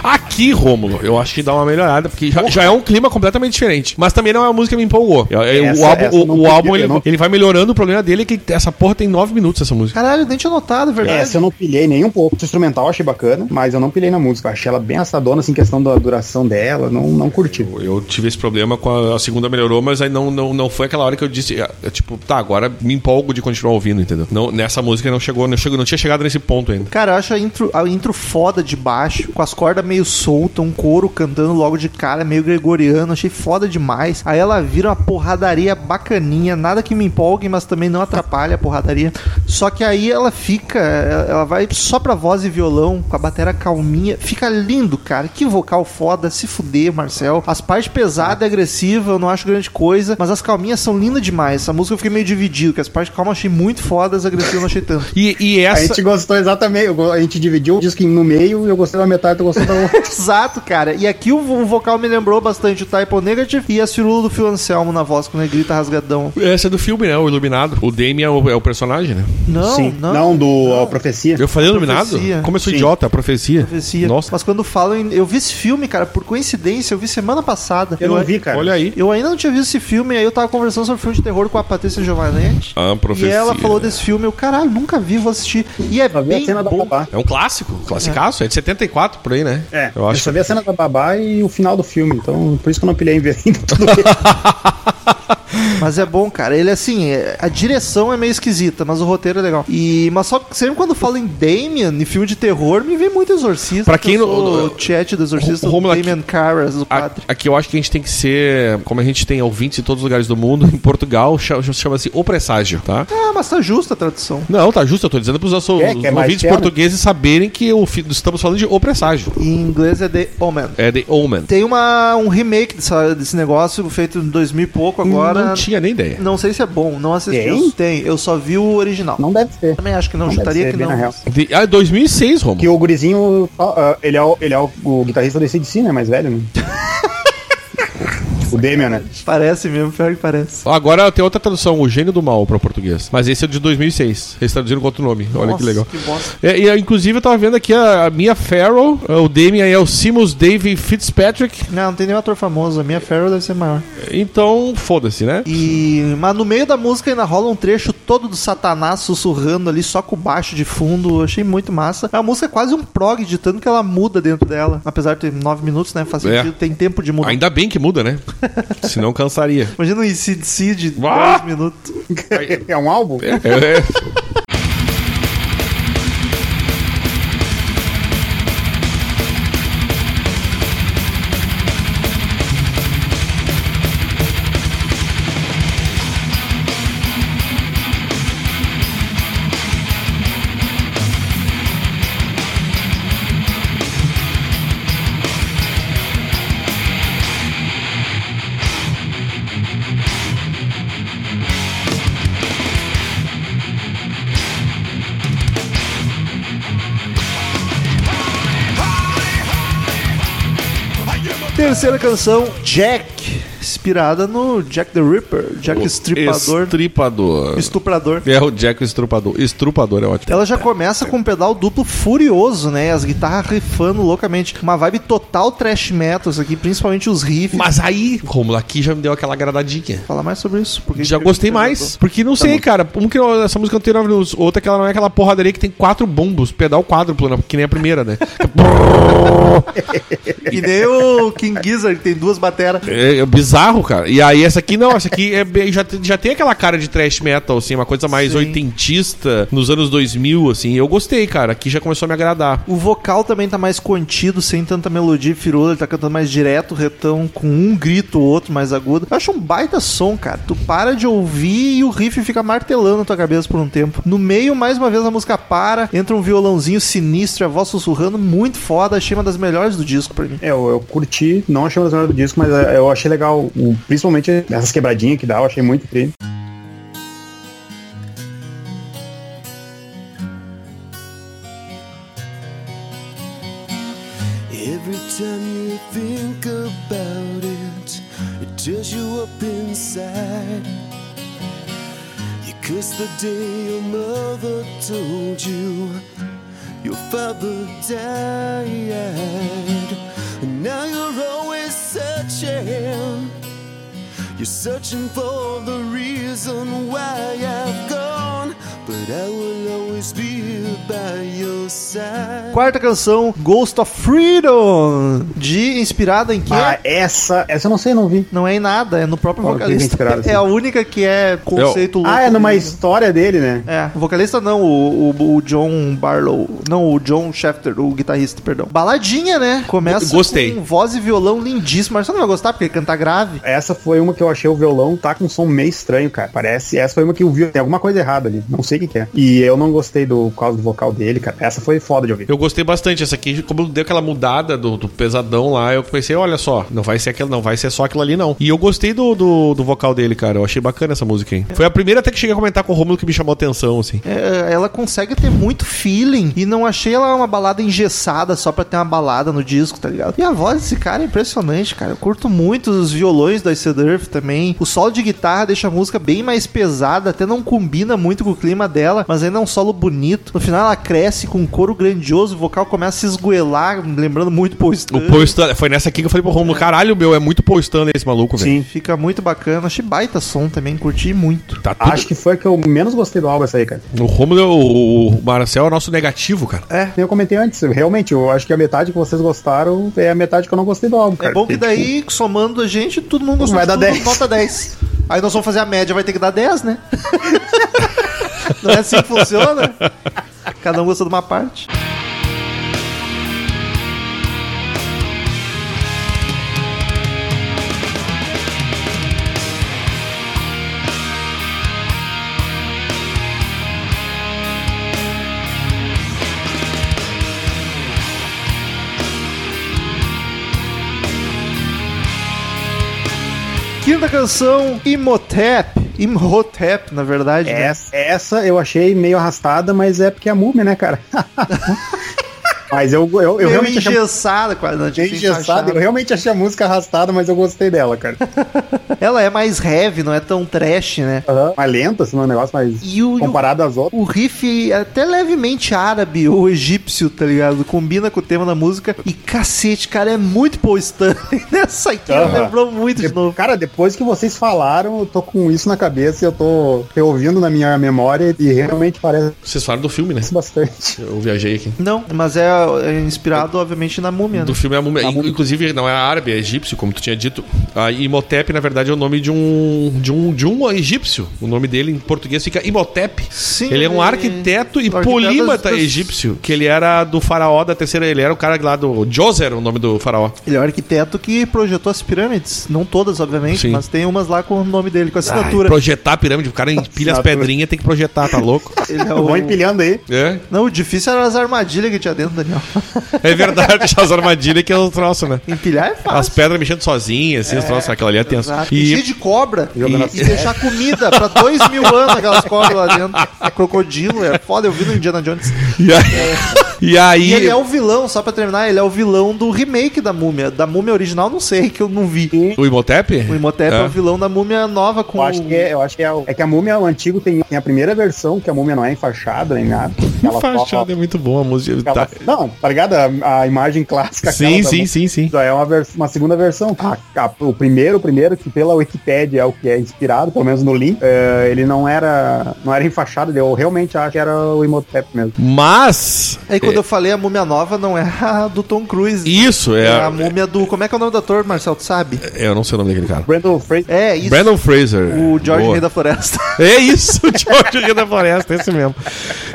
Speaker 2: Aqui, Rômulo, eu acho que dá uma melhorada, porque já, já é um clima completamente diferente. Mas também não é uma música que me empolgou. Eu- eu-
Speaker 3: Essa-
Speaker 2: o álbum,
Speaker 3: essa
Speaker 2: o-
Speaker 3: não
Speaker 2: o
Speaker 3: podia,
Speaker 2: álbum, ele,
Speaker 3: não.
Speaker 2: ele vai melhorando. O problema dele é que essa porra tem nove minutos, essa música.
Speaker 1: Caralho, nem tinha notado, é verdade.
Speaker 3: Essa eu não pilhei nem um pouco. O instrumental eu achei bacana, mas eu não pilhei na música. Eu Achei ela bem assadona, assim, questão da duração dela. Não, não curti.
Speaker 2: Eu tive esse problema com a, a segunda melhorou, mas aí não, não, não foi aquela hora que eu disse, ah, eu, tipo, tá, agora me empolgo de continuar ouvindo, entendeu? Não, nessa música não chegou, não chegou, não tinha chegado nesse ponto ainda.
Speaker 1: Cara, eu acho a intro, a intro foda de baixo, com as cordas meio soltas, um coro cantando logo de cara, meio gregoriano, achei foda demais. Aí ela vira uma porradaria bacaninha, nada que me empolgue, mas também não atrapalha a porradaria. Só que aí ela fica, eh, ela vai só pra voz e violão, com a batera calminha, fica lindo, cara. Que vocal foda, se fuder, Marcel. As partes pesadas e agressivas, eu não acho grande coisa, mas as calminhas são lindas demais. Essa música eu fiquei meio dividido, que as partes calmas eu achei muito fodas, as agressivas eu não achei tanto.
Speaker 2: E, e
Speaker 3: A
Speaker 2: essa.
Speaker 3: gente gostou exatamente. eu go- A gente dividiu o disco em- no meio, eu gostei da metade, eu gostei da outra.
Speaker 1: Exato, cara. E aqui o, o vocal me lembrou bastante o Typo Negative e a cirula do Phil Anselmo na voz, quando ele grita rasgadão.
Speaker 2: Essa é do filme, né? O Iluminado. O Damien é o, é o personagem, né?
Speaker 1: Não,
Speaker 3: Não,
Speaker 1: não.
Speaker 3: do a Profecia.
Speaker 2: Eu falei Iluminado?
Speaker 1: Profecia.
Speaker 2: Como eu sou
Speaker 3: Sim.
Speaker 2: idiota, a profecia.
Speaker 1: Profecia.
Speaker 2: Nossa,
Speaker 1: Mas quando falam. em- Eu vi esse filme, cara, por coincidência, eu vi semana passada.
Speaker 3: Eu não vi, cara.
Speaker 2: olha aí.
Speaker 1: Eu ainda não tinha visto esse filme, aí eu tava conversando sobre filme de terror com a Patrícia Giovanetti.
Speaker 2: A profecia.
Speaker 1: E ela falou desse filme, eu, caralho, nunca vi, vou assistir. E é
Speaker 3: Só vi a
Speaker 1: bem
Speaker 3: cena da
Speaker 1: bom.
Speaker 3: babá.
Speaker 2: É um clássico, um classicaço. É. de 74 por aí, né?
Speaker 3: É, eu,
Speaker 2: eu acho.
Speaker 3: só vi a cena da babá e o final do filme, então por isso que eu não pilhei em ver ainda tudo
Speaker 1: (laughs)
Speaker 3: bem.
Speaker 1: Mas é bom, cara. Ele, assim, é- a direção é meio esquisita, mas o roteiro é legal. E, mas só que sempre quando falo em Damien, em filme de terror, me vem muito Exorcista.
Speaker 2: Pra quem
Speaker 1: Eu
Speaker 2: não-
Speaker 1: sou
Speaker 2: não-
Speaker 1: O chat do Exorcista,
Speaker 2: Rô-
Speaker 1: o
Speaker 2: Rômulo, aqui-
Speaker 1: Damien Carras, o
Speaker 2: A-
Speaker 1: padre.
Speaker 2: Aqui eu acho que a gente tem que ser, como a gente tem ouvintes em todos os lugares do mundo, (laughs) em Portugal cha- chama-se O Presságio, tá?
Speaker 1: Ah, mas tá justa a tradução.
Speaker 2: Não, tá justo, eu tô dizendo pros nossos
Speaker 3: É, que é mais
Speaker 2: ouvintes
Speaker 3: perto.
Speaker 2: portugueses saberem que o fi- estamos falando de O Presságio.
Speaker 1: Em inglês é The Omen.
Speaker 2: É The Omen.
Speaker 1: Tem uma, um remake dessa- desse negócio feito em 2000 e pouco agora.
Speaker 2: Não tinha nem ideia.
Speaker 1: Não sei se é bom, não assisti.
Speaker 3: Tem?
Speaker 1: Tem, eu só vi o original.
Speaker 3: Não deve ser.
Speaker 1: Também acho que não,
Speaker 3: Não deve
Speaker 1: chutaria
Speaker 2: é
Speaker 3: ser,
Speaker 1: que
Speaker 3: bem
Speaker 1: não.
Speaker 3: na real.
Speaker 2: De, ah, 2006, Romulo.
Speaker 3: Que o gurizinho, ó, ó, ele é, o, ele é o, o guitarrista do ACDC, né? Mais
Speaker 1: (laughs)
Speaker 3: velho, né? o Damian, né?
Speaker 1: Parece mesmo, pior que parece.
Speaker 2: Ó, Agora tem outra tradução, O Gênio do Mal, para português. Mas esse é de 2006. Eles traduziram com outro nome. Olha que
Speaker 1: Nossa,
Speaker 2: legal.
Speaker 1: que bosta.
Speaker 2: É, e, inclusive, eu tava vendo aqui a, a Mia Farrow, o Damien é o Simus Dave Fitzpatrick.
Speaker 1: Não, não tem nenhum ator famoso. A minha Farrell deve ser maior.
Speaker 2: Então, foda-se, né?
Speaker 1: E, mas no meio da música ainda rola um trecho todo do Satanás sussurrando ali, só com o baixo de fundo. Eu achei muito massa. A música é quase um prog, de tanto que ela muda dentro dela. Apesar de ter nove minutos, né? Faz
Speaker 2: É.
Speaker 1: sentido, tem tempo de mudar.
Speaker 2: Ainda bem que muda, né? Senão cansaria.
Speaker 1: Imagina um ICDC de
Speaker 2: Ah!
Speaker 1: 10 minutos.
Speaker 3: É um álbum?
Speaker 2: É, é.
Speaker 1: Terceira canção, Jack. Inspirada no Jack the Ripper, Jack Estripador,
Speaker 2: Estripador.
Speaker 1: Estuprador.
Speaker 2: É o Jack Estrupador. Estrupador é ótimo.
Speaker 1: Ela já começa com um pedal duplo furioso, né? As guitarras rifando loucamente. Uma vibe total trash metal, isso aqui, principalmente os riffs.
Speaker 2: Mas aí, Romulo, aqui já me deu aquela agradadinha.
Speaker 1: Falar mais sobre isso. Porque
Speaker 2: Já gostei mais. Porque não sei, cara. Um que não- essa música não tem nove minutos. Outra que ela não é aquela porradaria que tem quatro bombos, pedal quádruplo, né? que nem a primeira, né?
Speaker 1: (laughs) E nem o King Gizzard, que tem duas bateras.
Speaker 2: É, é bizarro, cara. E aí essa aqui não, essa aqui é bem- já, tem- já tem aquela cara de thrash metal, assim, uma coisa mais
Speaker 1: Sim.
Speaker 2: oitentista, nos anos 2000, assim. Eu gostei, cara. Aqui já começou a me agradar.
Speaker 1: O vocal também tá mais contido, sem tanta melodia e firula. Ele tá cantando mais direto, retão, com um grito, o outro mais agudo. Eu acho um baita som, cara. Tu para de ouvir e o riff fica martelando na tua cabeça por um tempo. No meio, mais uma vez, a música para, entra um violãozinho sinistro, a voz sussurrando, muito foda. Achei uma das melhores do disco pra mim.
Speaker 3: É, eu, eu curti, não achei uma das melhores do disco, mas é, eu achei legal, o- principalmente essas quebradinhas que dá, eu achei muito tri.
Speaker 5: Every time you think about it, it tears you up inside. You Cause the day your mother told you your father died. And now you're always searching. You're searching for the reason why I've gone. But I will always be here by your side.
Speaker 1: Quarta canção, Ghost of Freedom, de inspirada em quê?
Speaker 3: Ah, essa, essa eu não sei, não vi.
Speaker 1: Não é em nada, é no próprio
Speaker 3: Qual que é
Speaker 1: vocalista.
Speaker 3: inspirada, assim?
Speaker 1: (laughs) É a única que é conceito louco
Speaker 3: Ah, é numa
Speaker 1: dele.
Speaker 3: história dele, né?
Speaker 1: É, o vocalista não, o, o, o John Barlow. Não, o John Shafter, o guitarrista, perdão. Baladinha, né? Começa
Speaker 6: Gostei.
Speaker 1: com voz e violão lindíssimo, mas você não vai gostar porque ele canta grave.
Speaker 3: Essa foi uma que eu achei o violão tá com um som meio estranho, cara. Parece. Essa foi uma que eu vi. Tem alguma coisa errada ali. Não sei o que, que é. E eu não gostei do por causa do vocal dele, cara. Essa foi foda de ouvir.
Speaker 2: Eu gostei bastante. Essa aqui, como deu aquela mudada do, do pesadão lá, eu pensei, olha só, não vai ser aquilo, não vai ser só aquilo ali, não. E eu gostei do, do, do vocal dele, cara. Eu achei bacana essa música, hein? Foi a primeira até que cheguei a comentar com o Romulo que me chamou a atenção, assim.
Speaker 1: É, ela consegue ter muito feeling e não achei ela uma balada engessada só pra ter uma balada no disco, tá ligado? E a voz desse cara é impressionante, cara. Eu curto muito os violões da Iced Earth também. O solo de guitarra deixa a música bem mais pesada, até não combina muito com o clima dela, mas ainda é um solo bonito. No final ela cresce com um coro grandioso, o vocal começa a se esgoelar, lembrando muito Paul
Speaker 2: O
Speaker 3: É.
Speaker 1: Stanley.
Speaker 2: Paul Stanley, foi nessa aqui que eu falei pro Romulo, caralho, meu, é muito Paul Stanley esse maluco, velho.
Speaker 3: Sim.
Speaker 1: Fica muito bacana. Achei baita som também, curti muito.
Speaker 2: Tá tudo...
Speaker 3: Acho que foi a que eu menos gostei do álbum essa aí, cara.
Speaker 2: O Romulo, é o, o Marcel é o nosso negativo, cara.
Speaker 3: É, Eu comentei antes, realmente, eu acho que a metade que vocês gostaram é a metade que eu não gostei do álbum, cara.
Speaker 1: É bom que daí, somando a gente, todo mundo gostou
Speaker 3: Vai
Speaker 1: de
Speaker 3: dar
Speaker 1: tudo,
Speaker 3: 10.
Speaker 1: Nota 10. Aí nós vamos fazer a média, vai ter que dar 10, né? (laughs) Não é assim que funciona? Cada um gosta de uma parte. Quinta canção, Imhotep. Imhotep, na verdade. né?
Speaker 3: Essa, essa eu achei meio arrastada, mas é porque é a múmia,
Speaker 1: (laughs)
Speaker 3: né, cara? mas eu, eu, eu
Speaker 1: Meio
Speaker 3: realmente achei a-
Speaker 1: engessada, quase. Não,
Speaker 3: meio
Speaker 1: difícil
Speaker 3: engessada,
Speaker 1: achar.
Speaker 3: eu realmente achei a música arrastada, mas eu gostei dela, cara.
Speaker 1: Ela é mais heavy, não é tão trash, né?
Speaker 3: Aham. Mais lenta, assim, não é um negócio, mas
Speaker 1: E o, e o
Speaker 3: comparado às outras.
Speaker 1: O riff é até levemente árabe ou egípcio, tá ligado? Combina com o tema da música. E cacete, cara, é muito Paul Stanley. (laughs) Nessa aqui
Speaker 3: Aham. É
Speaker 1: lembrou muito de
Speaker 3: De-
Speaker 1: novo.
Speaker 3: Cara, depois que vocês falaram, eu tô com isso na cabeça e eu tô reouvindo na minha memória e realmente parece
Speaker 2: Vocês falaram do filme, né?
Speaker 3: bastante.
Speaker 2: Eu viajei aqui.
Speaker 1: Não, mas é, é inspirado, obviamente, na múmia, né?
Speaker 2: Do filme é a múmia. In- Inclusive, não é árabe, é egípcio, como tu tinha dito. A Imhotep, na verdade, é o nome de um, de um, de um egípcio. O nome dele em português fica Imhotep.
Speaker 1: Sim,
Speaker 2: ele é um arquiteto e
Speaker 1: arquiteto
Speaker 2: polímata
Speaker 1: das-
Speaker 2: egípcio, que ele era do faraó da terceira. Ele era o cara lá do. Djoser, o nome do faraó.
Speaker 1: Ele é o arquiteto que projetou as pirâmides. Não todas, obviamente,
Speaker 2: Sim.
Speaker 1: mas tem umas lá com o nome dele, com a
Speaker 2: Ai,
Speaker 1: assinatura.
Speaker 2: projetar a pirâmide, o cara empilha as
Speaker 3: Assinatura.
Speaker 2: pedrinhas, tem que projetar, tá louco?
Speaker 1: Ele é
Speaker 3: Eu
Speaker 1: o...
Speaker 3: (laughs) vou empilhando aí.
Speaker 2: É,
Speaker 1: Não, o difícil eram as armadilhas que tinha dentro, Daniel. (laughs)
Speaker 2: é verdade, achar as armadilhas que é o troço, né?
Speaker 1: Empilhar é fácil.
Speaker 2: As pedras mexendo sozinhas, assim, os troços, aquela ali é tenso.
Speaker 1: Exato.
Speaker 2: E-
Speaker 1: Encher de cobra e,
Speaker 3: Jogando
Speaker 1: e
Speaker 3: as pedras.
Speaker 1: deixar comida pra dois mil anos aquelas cobras lá dentro. Crocodilo, é foda, eu vi no Indiana Jones.
Speaker 2: E aí. (laughs) E aí
Speaker 1: E ele é o vilão, só pra terminar, ele é o vilão do remake da múmia. Da múmia original, não sei, que eu não vi.
Speaker 2: O Imhotep?
Speaker 1: O Imhotep é,
Speaker 2: É.
Speaker 1: o vilão da múmia nova com.
Speaker 3: Eu acho que é, eu acho que é, o- é que a múmia o antigo tem, tem a primeira versão, que a múmia não é enfaixada nem nada. Ela
Speaker 2: Fachada é muito bom a música.
Speaker 3: Aquela-
Speaker 2: tá.
Speaker 3: Não, tá ligado? A, a imagem clássica.
Speaker 2: Sim,
Speaker 3: aquela da
Speaker 2: sim,
Speaker 3: mu-
Speaker 2: sim, sim.
Speaker 3: Já é uma, vers- uma segunda versão. A- a- o primeiro, o primeiro, que pela Wikipédia é o que é inspirado, pelo menos no link, é, ele não era não era enfaixado, eu realmente acho que era o Imhotep mesmo.
Speaker 2: Mas.
Speaker 1: Aí quando eu falei a múmia nova, não é a do Tom Cruise.
Speaker 2: Isso, é.
Speaker 1: É a múmia do. Como é que é o nome do ator, Marcel? Tu sabe?
Speaker 2: é, Eu não sei o nome daquele cara.
Speaker 3: Brandon Fraser.
Speaker 1: É, isso.
Speaker 2: Brandon Fraser.
Speaker 1: O George
Speaker 2: Boa.
Speaker 1: Rei da Floresta.
Speaker 2: (laughs)
Speaker 1: (laughs)
Speaker 2: É isso, o George Rei da Floresta, esse mesmo.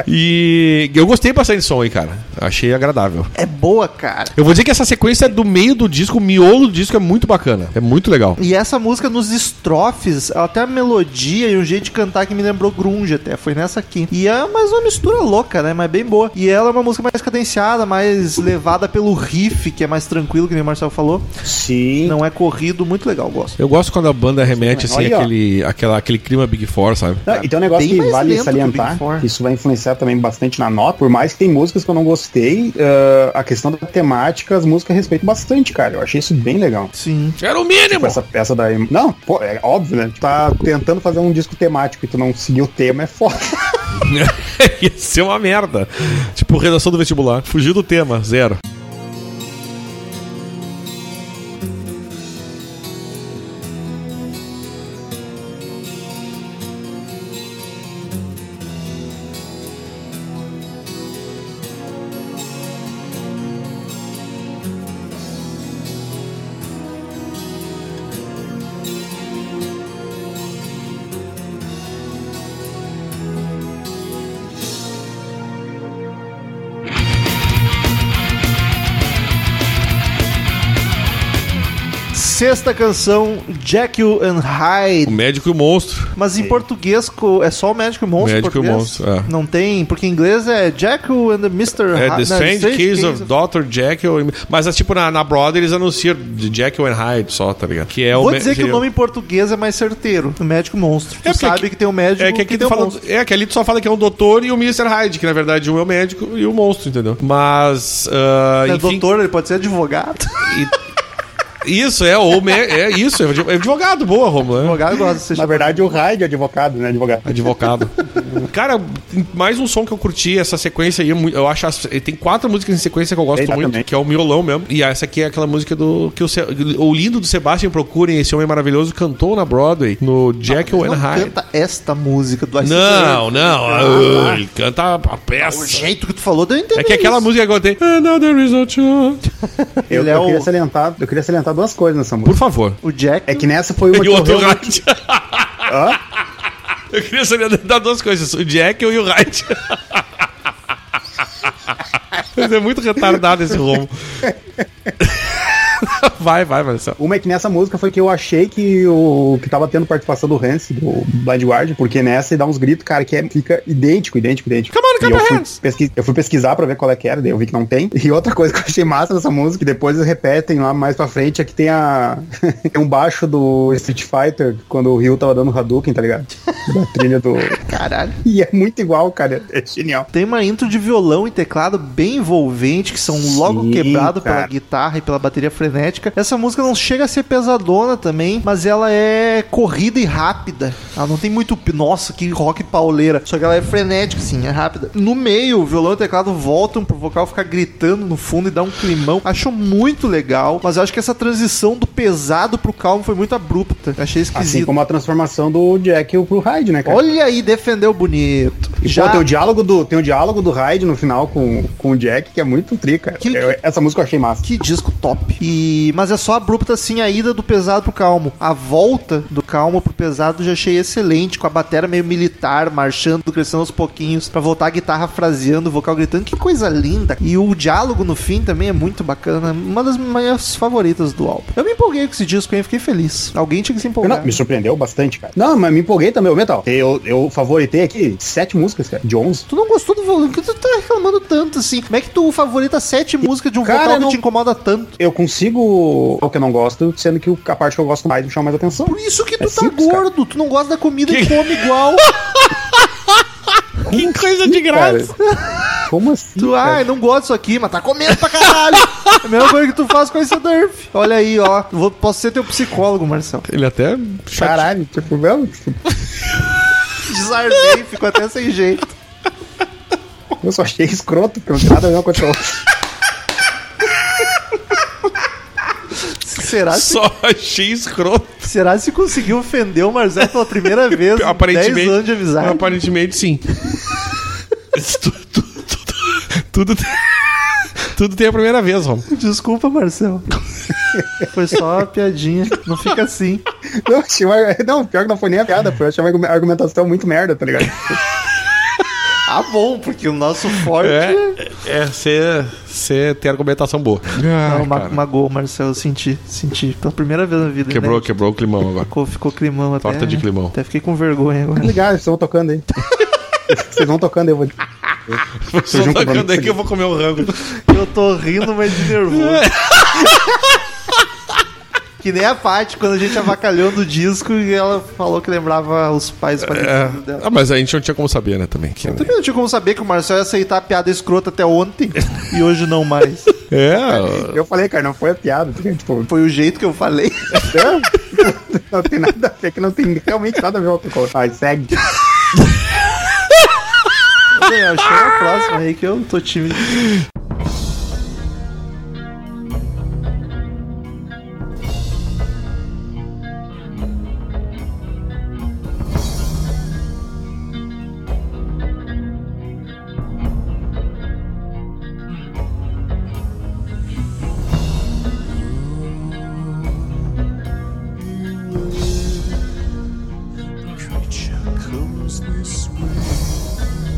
Speaker 2: E eu gostei bastante desse som aí, cara. Achei agradável.
Speaker 1: É boa, cara.
Speaker 2: Eu vou dizer que essa sequência do meio do disco, o miolo do disco é muito bacana. É muito legal.
Speaker 1: E essa música nos estrofes, até a melodia e o jeito de cantar que me lembrou grunge até, foi nessa aqui. E é mais uma mistura louca, né, mas bem boa. E ela é uma música mais cadenciada, mais levada pelo riff, que é mais tranquilo, que nem o Marcel falou.
Speaker 3: Sim.
Speaker 1: Não é corrido, muito legal, gosto.
Speaker 2: Eu gosto quando a banda remete assim
Speaker 3: Olha aí, ó.
Speaker 2: àquele, aquela, aquele clima Big Four, sabe?
Speaker 3: Não, e tem um negócio
Speaker 1: Bem
Speaker 3: que
Speaker 1: mais
Speaker 3: vale
Speaker 1: lento que o Big
Speaker 3: salientar,
Speaker 1: Four.
Speaker 3: que isso vai influenciado também bastante na nota, por mais que tem músicas que eu não gostei, eh, a questão da temática, as músicas respeito bastante, cara. Eu achei isso bem legal.
Speaker 1: Sim.
Speaker 6: Era o mínimo.
Speaker 3: Tipo, essa peça da. Em- Não, pô, é óbvio, né? Tu tá tentando fazer um disco temático e tu não seguir o tema é foda. (laughs)
Speaker 2: (laughs) Ia ser uma merda. Tipo, redação do vestibular. Fugiu do tema, zero.
Speaker 1: Sexta canção, Jekyll and
Speaker 2: O
Speaker 1: Hyde.
Speaker 2: médico e o monstro.
Speaker 1: Mas em português co- é só o Médico e o Monstro.
Speaker 2: Médico e o
Speaker 1: português?
Speaker 2: Monstro, é.
Speaker 1: Não tem, porque em inglês é Jekyll and the Mr. Hy-
Speaker 2: É, The
Speaker 1: não,
Speaker 2: Strange Case of Dr. Jekyll. and- Mas, é tipo, na, na Brother eles anunciam de Jekyll and Hyde só, tá ligado? Que é
Speaker 1: Vou
Speaker 2: me-
Speaker 1: dizer que o
Speaker 2: seria-
Speaker 1: nome em português é mais certeiro. O Médico Monstro.
Speaker 2: É,
Speaker 1: Tu
Speaker 2: porque
Speaker 1: sabe
Speaker 2: aqui-
Speaker 1: que tem o médico
Speaker 2: É que, aqui
Speaker 1: tem
Speaker 2: tu
Speaker 1: o
Speaker 2: fala,
Speaker 1: monstro.
Speaker 2: é que ali tu só fala que é um doutor e o Mr. Hyde, que na verdade um é o médico e o monstro, entendeu? Mas. ah,
Speaker 1: É
Speaker 2: enfim,
Speaker 1: doutor, ele pode ser advogado.
Speaker 2: Isso, é, ou me- é isso, é adv- é advogado, boa, Romulo. é.
Speaker 1: advogado gosta de ser
Speaker 3: Na verdade, o Raid é advogado, né? Advogado.
Speaker 2: Advogado. Cara, mais um som que eu curti, essa sequência aí, eu mu- eu acho. as- eh, Tem quatro músicas em sequência que eu gosto
Speaker 3: Eita,
Speaker 2: muito,
Speaker 3: também.
Speaker 2: que é o Miolão mesmo. E essa aqui é aquela música do. que o, Se- o lindo do Sebastian Procurem, esse homem maravilhoso, cantou na Broadway, no Jekyll and
Speaker 1: Ah, Não
Speaker 2: Hyde.
Speaker 1: canta esta música do Ice
Speaker 2: Não, não,
Speaker 1: Ah,
Speaker 2: ah, ele canta a
Speaker 1: O
Speaker 2: peça.
Speaker 1: jeito que tu falou, deu a entender
Speaker 2: É que aquela
Speaker 1: isso.
Speaker 2: música que eu tenho. Another is a chance.
Speaker 3: Eu,
Speaker 1: Ele
Speaker 3: eu
Speaker 1: é
Speaker 3: queria
Speaker 1: o-
Speaker 3: salientar, eu queria salientar duas coisas nessa música.
Speaker 2: Por favor.
Speaker 1: O Jack.
Speaker 3: É que nessa foi uma
Speaker 2: E
Speaker 3: que
Speaker 2: o outro
Speaker 3: eu realmente-
Speaker 2: Hyde. Eu queria salientar duas coisas: o Jack e o Hyde. Mas é muito retardado esse Romo. Vai, vai, Marcelo.
Speaker 3: Uma é que nessa música foi que eu achei que o que tava tendo participação do Hans, do Blind Guardian, porque nessa ele dá uns gritos, cara, que é- fica idêntico, idêntico, idêntico.
Speaker 2: Come on, come
Speaker 3: E eu,
Speaker 2: on,
Speaker 3: fui
Speaker 2: Hans!
Speaker 3: pesqui- eu fui pesquisar pra ver qual é que era, daí eu vi que não tem. E outra coisa que eu achei massa dessa música, que depois eles repetem lá mais pra frente, é que tem a. (laughs) tem um baixo do Street Fighter, quando o Ryu tava dando Hadouken, tá ligado? Da trilha do. (laughs)
Speaker 1: Caralho.
Speaker 3: E é muito igual, cara. É genial.
Speaker 1: Tem uma intro de violão e teclado bem envolvente, que são logo
Speaker 3: Sim,
Speaker 1: quebrado pela
Speaker 3: cara.
Speaker 1: guitarra e pela bateria frenética. Essa música não chega a ser pesadona também, mas ela é corrida e rápida. Ela não tem muito. pi- Nossa, que rock pauleira. Só que ela é frenética, sim, é rápida. No meio, o violão e o teclado voltam pro vocal ficar gritando no fundo e dá um climão. Acho muito legal, mas eu acho que essa transição do pesado pro calmo foi muito abrupta. Achei
Speaker 3: Assim
Speaker 1: esquisito.
Speaker 3: como a transformação do Jekyll pro Hyde, né, cara?
Speaker 1: Olha aí, defendeu bonito.
Speaker 3: E, pô, tem o diálogo do, tem o diálogo do Hyde no final com, com o Jack, que é muito tri, cara.
Speaker 1: Que-
Speaker 3: Eu- essa música eu achei massa.
Speaker 1: Que disco top. E, mas é só abrupta assim a ida do pesado pro calmo. A volta do calmo pro pesado eu já achei excelente, com a batera meio militar, marchando, crescendo aos pouquinhos, pra voltar a guitarra fraseando, o vocal gritando. Que coisa linda. E o diálogo no fim também é muito bacana. Uma das minhas favoritas do álbum. Eu me empolguei com esse disco, hein? Fiquei feliz. Alguém tinha que se
Speaker 3: Eu não-
Speaker 1: empolgar.
Speaker 3: me surpreendeu bastante, cara. né? Não, mas me empolguei também, o Metal. Eu, eu favoritei aqui sete músicas, cara, de onze.
Speaker 1: Tu não gostou do volume? Por que tu tá reclamando tanto assim? Como é que tu favorita sete músicas de um
Speaker 3: Cara,
Speaker 1: vocal que
Speaker 3: não-
Speaker 1: te incomoda tanto?
Speaker 3: Eu consigo é o que eu não gosto, sendo que o- a parte que eu gosto mais me chama mais (laughs) atenção.
Speaker 1: Por isso que tu
Speaker 3: É
Speaker 1: tá
Speaker 3: simples, cara.
Speaker 1: gordo, tu não gosta da comida e come igual.
Speaker 2: Que coisa de graça.
Speaker 3: Cara, como assim?
Speaker 1: Tu,
Speaker 3: cara?
Speaker 1: ai, não gosto disso aqui, mas tá comendo pra caralho. (laughs) É a mesma coisa que tu faz com esse Durf. Olha aí, ó. Vou- posso ser teu psicólogo, Marcelo.
Speaker 2: Ele até.
Speaker 3: Caralho, tipo, meu,
Speaker 1: (laughs) Desarmei, fico até sem jeito.
Speaker 3: eu só achei escroto, porque não tem nada a ver uma coisa com a outra. (laughs)
Speaker 1: Será, se,
Speaker 2: Só achei escroto.
Speaker 1: será se conseguiu ofender o Marcelo pela primeira (laughs) vez? em
Speaker 2: Aparentemente.
Speaker 1: 10 anos de amizade.
Speaker 2: Aparentemente, sim. Tu- tu- tu- Tudo. tem- Tudo tem a primeira vez, Romo.
Speaker 1: Desculpa, (laughs) Marcelo. Foi só uma piadinha. Não fica assim.
Speaker 3: Não, achei uma, não, pior que não foi nem a piada, foi eu achei uma argumentação muito merda, tá ligado?
Speaker 1: Ah, bom, porque o nosso forte.
Speaker 2: É, você tem argumentação boa.
Speaker 1: Não, ma magoou, Marcelo. Eu senti. Senti. Pela primeira vez na vida.
Speaker 2: Quebrou,
Speaker 1: né?
Speaker 2: quebrou o climão agora.
Speaker 1: Ficou, ficou climão até. né?
Speaker 2: Torta de climão.
Speaker 1: Até fiquei com vergonha agora.
Speaker 3: Ligar, vocês vão tocando aí. (laughs) Vocês vão tocando, eu vou.
Speaker 2: Só
Speaker 3: junto com a
Speaker 2: tocando
Speaker 3: banda.
Speaker 2: aí é que eu vou um comer o rango.
Speaker 1: Eu tô rindo, mas de nervoso. Que nem a parte quando a gente avacalhou no disco e ela falou que lembrava os pais falecidos dela.
Speaker 2: Ah, mas a gente não tinha como saber, né, também. que-
Speaker 1: Também não tinha como saber que o Marcel ia aceitar a piada escrota até ontem e hoje não mais.
Speaker 2: É,
Speaker 3: Eu falei, cara, não foi a piada. Tipo,
Speaker 1: Foi o jeito que eu falei.
Speaker 3: não tem nada a ver, que não tem realmente nada a ver com o Ai, segue.
Speaker 1: Daniel, chega a próxima aí que eu tô tímido.
Speaker 5: creature comes this way.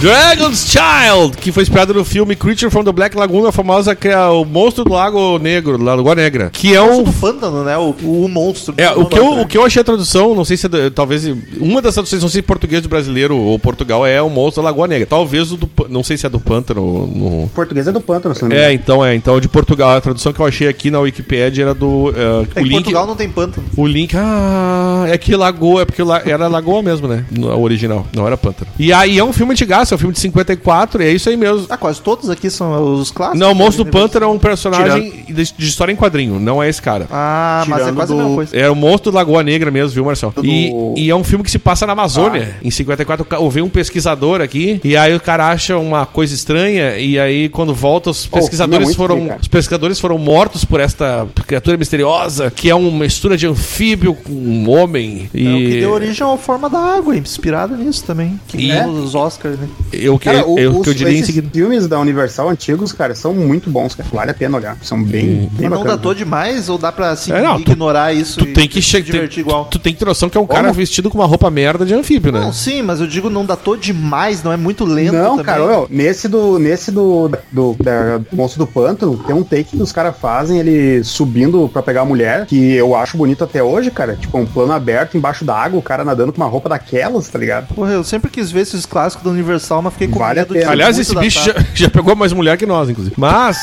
Speaker 2: Dragon's Child, que foi inspirado no filme Creature from the Black Lagoon, a famosa que é o monstro do Lago Negro, do Lagoa Negra, que é um
Speaker 1: O pântano, né? O, o monstro.
Speaker 2: É, o que, eu, o que eu achei a tradução, não sei se é da- talvez uma das traduções, não sei se português do brasileiro ou Portugal é o monstro da Lagoa Negra. Talvez o do, pan- não sei se é do pântano. no-
Speaker 3: Português é do pântano, se não me engano.
Speaker 2: É, então é, então de Portugal. A tradução que eu achei aqui na Wikipedia era do eh,
Speaker 1: É
Speaker 2: o
Speaker 1: que
Speaker 2: link.
Speaker 1: Portugal não tem pântano.
Speaker 2: O link, ah, é que lagoa, é porque la- era lagoa mesmo, né? No a original, não era pântano. E aí é um filme antigaço, é um filme de 54, e é isso aí mesmo.
Speaker 1: Ah, quase todos aqui são os clássicos.
Speaker 2: Não, o monstro
Speaker 1: né?
Speaker 2: do pântano é um personagem de, de história em quadrinho, não é esse cara.
Speaker 1: Ah, mas é
Speaker 3: Tirando
Speaker 1: quase a mesma
Speaker 3: do-
Speaker 1: coisa.
Speaker 2: É o monstro da Lagoa Negra mesmo, viu, Marcel? E,
Speaker 3: Do-
Speaker 2: e é um filme que se passa na Amazônia. Em 54, veio um pesquisador aqui, e aí o cara acha uma coisa estranha, e aí quando volta, os pesquisadores
Speaker 3: filme é muito
Speaker 2: foram.
Speaker 3: bem, cara.
Speaker 2: os pesquisadores foram mortos por esta criatura misteriosa, que é uma mistura de anfíbio com um homem. E
Speaker 1: É, o que deu origem ao Forma da Água, inspirado nisso também. Que
Speaker 2: E-
Speaker 1: ganhou os Oscars, né?
Speaker 2: eu, que-
Speaker 3: Cara, o-
Speaker 2: eu, que eu
Speaker 3: os-
Speaker 2: diria em
Speaker 3: esses
Speaker 2: seguida.
Speaker 3: filmes da Universal antigos, cara, são muito bons, cara. Vale a pena olhar. São bem, bem
Speaker 1: Mas não
Speaker 3: bacanas.
Speaker 1: datou demais ou dá pra assim,
Speaker 2: É, não, tu-
Speaker 1: ignorar isso
Speaker 2: Tu tem que
Speaker 1: se
Speaker 2: chegar.
Speaker 1: divertir
Speaker 2: Tu,
Speaker 1: igual?
Speaker 2: tu tem que ter noção que é um cara
Speaker 3: Como?
Speaker 2: vestido com uma roupa merda de anfíbio, né?
Speaker 1: Não, sim, mas eu digo não datou demais, não é muito lento
Speaker 3: Não,
Speaker 1: também.
Speaker 3: cara, olha, nesse do nesse do, do, da- do Monstro do Pântano, tem um take que os caras fazem ele subindo pra pegar a mulher, que eu acho bonito até hoje, cara. Tipo, um plano aberto embaixo da água, o cara nadando com uma roupa daquelas, tá ligado?
Speaker 1: Porra, eu sempre quis ver esses clássicos da Universal, mas fiquei com
Speaker 3: Vale a
Speaker 1: medo de
Speaker 3: pena.
Speaker 1: ser
Speaker 2: Aliás,
Speaker 1: muito
Speaker 2: esse bicho já,
Speaker 1: datado.
Speaker 2: já (laughs) pegou mais mulher que nós, inclusive. Mas,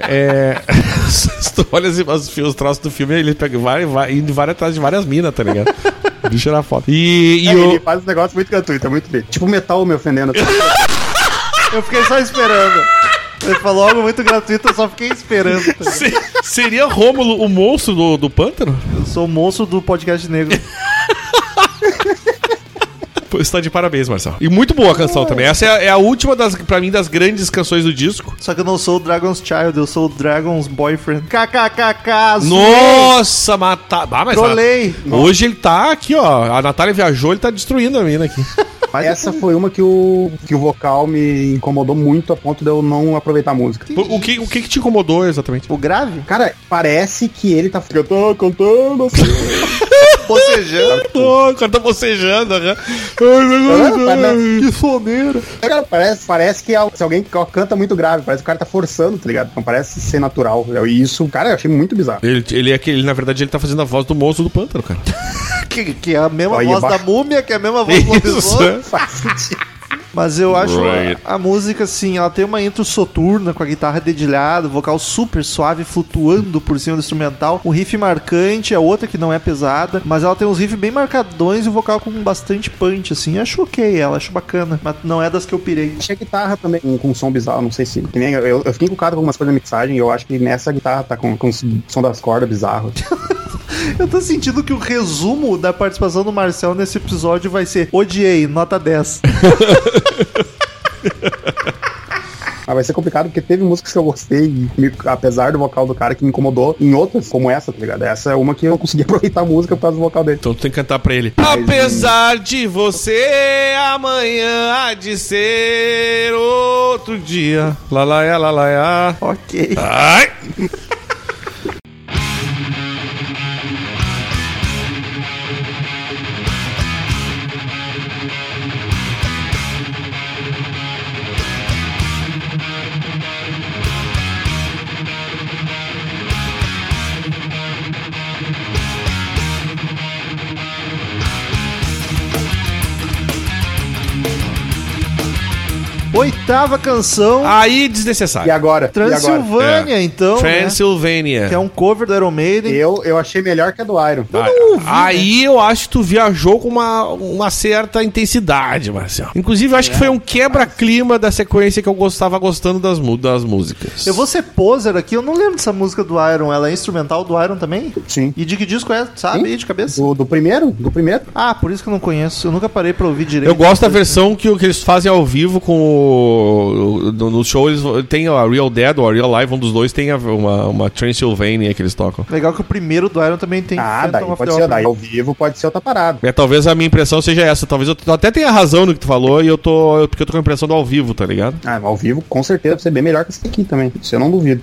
Speaker 2: é, (laughs) se tu olha assim, os, fi- os troços do filme, ele pega vai, vai, indo vai atrás de várias minas, tá ligado? O bicho era foda. E, e
Speaker 3: É,
Speaker 2: o-
Speaker 3: Ele faz um negócio muito gratuito, é muito bem. Tipo metal me ofendendo.
Speaker 1: Eu fiquei só esperando. Ele falou algo muito gratuito, eu só fiquei esperando.
Speaker 2: (laughs)
Speaker 1: tá ligado?
Speaker 2: se- seria Rômulo o monstro do, do pântano?
Speaker 1: Eu sou o monstro do podcast negro.
Speaker 2: Pô, Você tá de parabéns, Marcelo. E muito boa a canção também. Essa é, a- é a última, das, pra mim, das grandes canções do disco.
Speaker 1: (laughs) Só que eu não sou o Dragon's Child, eu sou o Dragon's Boyfriend. KKKK, zoei,
Speaker 2: Nossa, matar. Ah, mas.
Speaker 1: Trolei!
Speaker 2: a- Hoje ele tá aqui, ó. A Natália viajou, ele tá destruindo a mina aqui.
Speaker 1: Mas
Speaker 3: Essa foi uma que o, que o vocal me incomodou muito a ponto de eu não aproveitar a música.
Speaker 2: (laughs) O, o que, o que que te incomodou exatamente?
Speaker 1: O grave?
Speaker 3: Cara, parece que ele tá. Eu tô cantando assim.
Speaker 1: Bocejando.
Speaker 2: Ô, o cara tá bocejando, aham.
Speaker 1: (laughs)
Speaker 2: é, né?
Speaker 1: que soneira.
Speaker 3: Cara, parece, parece que al- se alguém co- canta muito grave, parece que o cara tá forçando, tá ligado? Não parece ser natural. É, E isso, cara, eu achei muito
Speaker 2: (laughs)
Speaker 3: bizarro.
Speaker 2: Ele, ele, é aquele- ele, na verdade, ele tá fazendo a voz do monstro do pântano, cara.
Speaker 1: Que, que é a mesma
Speaker 3: Aí,
Speaker 1: voz
Speaker 3: baixo.
Speaker 1: da múmia, que é a mesma voz do lobisomem.
Speaker 2: é.
Speaker 3: Faz sentido.
Speaker 1: Mas eu acho
Speaker 2: Right.
Speaker 1: a, a música, assim, ela tem uma intro soturna com a guitarra dedilhada, vocal super suave, flutuando por cima do instrumental, um riff marcante, a outra que não é pesada, mas ela tem uns riffs bem marcadões e o vocal com bastante punch, assim. Eu acho ok ela, acho bacana, mas não é das que eu pirei.
Speaker 3: Achei a guitarra também com, com um som bizarro, não sei se. que nem eu, eu- eu fiquei encucado com algumas coisas da mixagem e eu acho que nessa guitarra tá com, com o som das cordas bizarro.
Speaker 1: Eu tô sentindo que o resumo da participação do Marcel nesse episódio vai ser odiei, nota
Speaker 3: (laughs)
Speaker 1: 10.
Speaker 3: Mas Ah, vai ser complicado porque teve músicas que eu gostei, e me- apesar do vocal do cara que me incomodou, em outras, como essa, tá ligado? Essa é uma que eu não consegui (laughs) aproveitar a música por causa do vocal dele.
Speaker 2: Então tu tem que cantar pra ele. Apesar de você, amanhã há de ser outro dia. Lalaiá, lalaiá.
Speaker 1: ok.
Speaker 2: Ai!
Speaker 1: Oitava canção,
Speaker 2: Aí desnecessário.
Speaker 3: E Ah, agora? E agora?
Speaker 1: Transilvânia,
Speaker 2: É.
Speaker 1: então. né?
Speaker 2: Transylvania.
Speaker 1: Que é um cover do Iron Maiden.
Speaker 3: Eu, eu achei melhor que a do Iron.
Speaker 2: Ah,
Speaker 1: né?
Speaker 2: aí eu acho que tu viajou com uma, uma certa intensidade, Marcelo. Inclusive, eu acho que foi um
Speaker 1: É.
Speaker 2: quebra-clima da sequência que eu gostava gostando das, mu- das músicas.
Speaker 1: Eu vou ser poser aqui, eu não lembro dessa música do Iron. Ela é instrumental do Iron também?
Speaker 3: Sim.
Speaker 1: E de que disco é? Sabe aí de cabeça?
Speaker 3: Do, do primeiro? Do primeiro?
Speaker 1: Ah, por isso que eu não conheço. Eu nunca parei pra ouvir direito.
Speaker 2: Eu gosto da versão que, o- que eles fazem ao vivo com o. No, no show eles tem a Real Dead ou a Real Live, um dos dois tem a- uma, uma Transylvania que eles tocam.
Speaker 1: Legal que o primeiro do Iron também tem
Speaker 3: Ah,
Speaker 1: Phantom
Speaker 3: daí
Speaker 1: of
Speaker 3: pode
Speaker 1: the
Speaker 3: ser,
Speaker 1: Opera.
Speaker 3: daí ao vivo pode ser outra parada.
Speaker 2: É, talvez a minha impressão seja essa. Talvez eu, eu até tenha razão no que tu falou e eu tô. eu- porque eu tô com a impressão do ao vivo, tá ligado?
Speaker 3: Ah, ao vivo com certeza vai ser bem melhor que esse aqui também. Isso eu não duvido.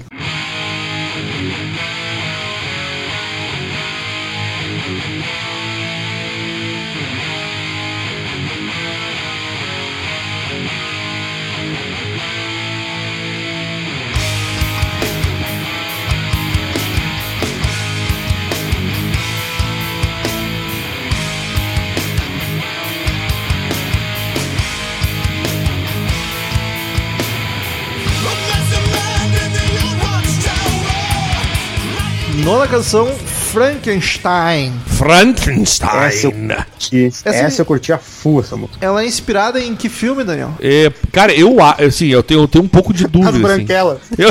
Speaker 1: Nona canção, Frankenstein.
Speaker 2: Frankenstein.
Speaker 3: Essa eu, curti.
Speaker 1: Essa-
Speaker 3: Essa eu curti a full, essa música.
Speaker 1: Ela é inspirada em que filme, Daniel?
Speaker 2: É, cara, eu a- assim, eu tenho, eu tenho um pouco de dúvida.
Speaker 3: As
Speaker 2: assim.
Speaker 3: branquelas.
Speaker 2: Eu-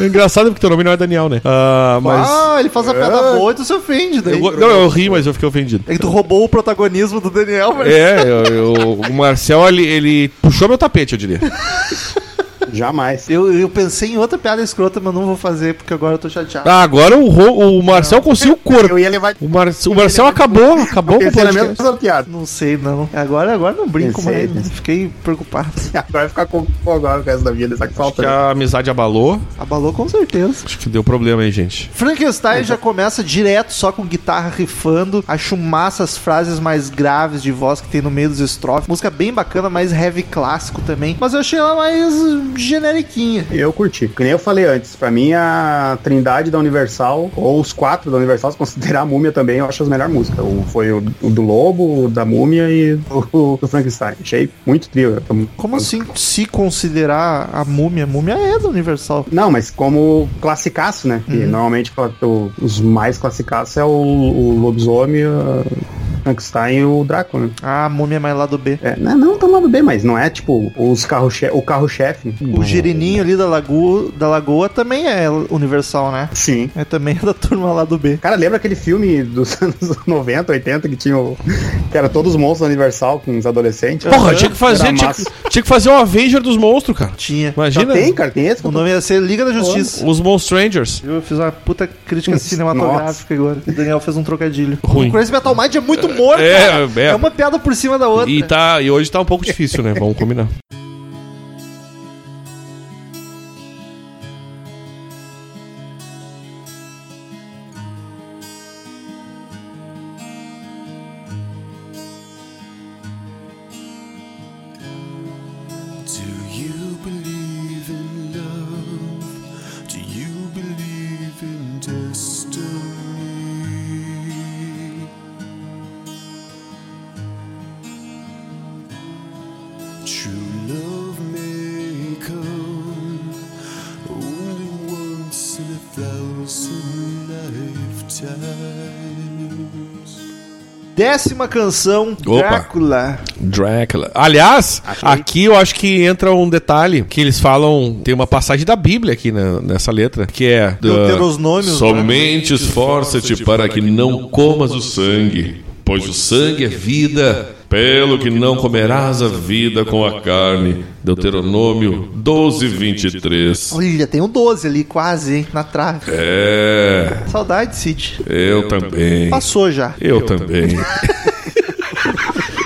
Speaker 2: É engraçado porque teu nome não é Daniel, né? Ah, mas.
Speaker 1: Ah, ele faz a piada boa e tu se ofende. Daí.
Speaker 2: eu go- não, eu ri, mas eu fiquei (laughs) ofendido.
Speaker 1: É que tu roubou o protagonismo do Daniel, velho.
Speaker 2: É, eu- eu- o Marcel, ele, ele puxou meu tapete, eu diria.
Speaker 3: Jamais.
Speaker 1: Eu, eu pensei em outra piada escrota, mas não vou fazer porque agora eu tô chateado.
Speaker 2: Ah, agora o, Ro- o Marcel conseguiu
Speaker 3: Eu
Speaker 2: cortar.
Speaker 3: ia levar.
Speaker 2: O, Mar, o Marcel acabou, acabou com o
Speaker 3: Pensei na
Speaker 2: podcast.
Speaker 3: mesma piada.
Speaker 1: Não sei, não. Agora, agora não brinco
Speaker 3: Pensei,
Speaker 1: mais. Fiquei preocupado.
Speaker 3: (laughs) Agora vai ficar com agora com essa da vida, só que
Speaker 2: Acho
Speaker 3: falta. né?
Speaker 2: que a amizade abalou.
Speaker 1: Abalou com certeza.
Speaker 2: Acho que deu problema aí, gente.
Speaker 1: Frankenstein já começa direto só com guitarra rifando. Acho massa as frases mais graves de voz que tem no meio dos estrofes. Música bem bacana, mais heavy clássico também. Mas eu achei ela mais uh, generiquinha.
Speaker 3: Eu curti. Que nem eu falei antes, pra mim a Trindade da Universal, ou os quatro da Universal, se considerar a Múmia também, eu acho as melhores músicas. O, foi o, o do Lobo, o da Múmia e o do Frankenstein. Achei muito trio.
Speaker 1: Como assim se considerar a múmia? A múmia é da Universal.
Speaker 3: Não, mas como classicaço, né?
Speaker 1: Uhum.
Speaker 3: E normalmente o- os mais classicaços é o, o Lobisomem, a Frankenstein e o Drácula, né?
Speaker 1: Ah, a múmia é mais lá do B.
Speaker 3: É, não, não tão lado bem, mas não é tipo os carro o carro-chefe.
Speaker 1: O girininho ali da lagoa, da lagoa também é Universal, né?
Speaker 3: Sim.
Speaker 1: É também (laughs) da turma lá do B.
Speaker 3: Cara, lembra aquele filme dos (laughs) anos 90, 80 que tinha o... que era todos os monstros da Universal com os adolescentes?
Speaker 2: Porra, tinha que
Speaker 3: Era
Speaker 2: fazer, né? tinha, que-
Speaker 3: massa.
Speaker 2: tinha que fazer um Avenger dos monstros, cara.
Speaker 1: Tinha.
Speaker 3: Já
Speaker 2: Imagina.
Speaker 3: tem, cara, tem esse.
Speaker 1: O nome ia ser Liga da Justiça.
Speaker 2: Os Monster Rangers.
Speaker 1: Eu fiz uma puta crítica
Speaker 3: Nossa.
Speaker 1: cinematográfica agora. O Daniel fez um trocadilho.
Speaker 2: Ruim.
Speaker 1: O Crazy Metal Mind é muito morto.
Speaker 2: É,
Speaker 1: cara.
Speaker 2: é.
Speaker 1: uma piada por cima da outra.
Speaker 2: E, tá, e hoje tá um pouco difícil, né? Vamos combinar.
Speaker 5: Do you believe in love? Do you believe in destiny? True love may come only once in a thousand lifetimes.
Speaker 1: Décima canção,
Speaker 2: Opa.
Speaker 1: Drácula.
Speaker 2: Drácula. Aliás, aqui eu acho que entra um detalhe que eles falam. Tem uma passagem da Bíblia aqui na- nessa letra, que é.
Speaker 1: Deuteronômio, né?
Speaker 6: Somente esforça-te para que não comas o sangue, pois o sangue é vida, pelo que não comerás a vida com a carne. Deuteronômio 12, 23.
Speaker 1: Olha, tem um 12 ali, quase, hein? Na trave.
Speaker 6: É,
Speaker 1: Saudade, City.
Speaker 6: eu também.
Speaker 1: (laughs) Passou já.
Speaker 6: Eu também.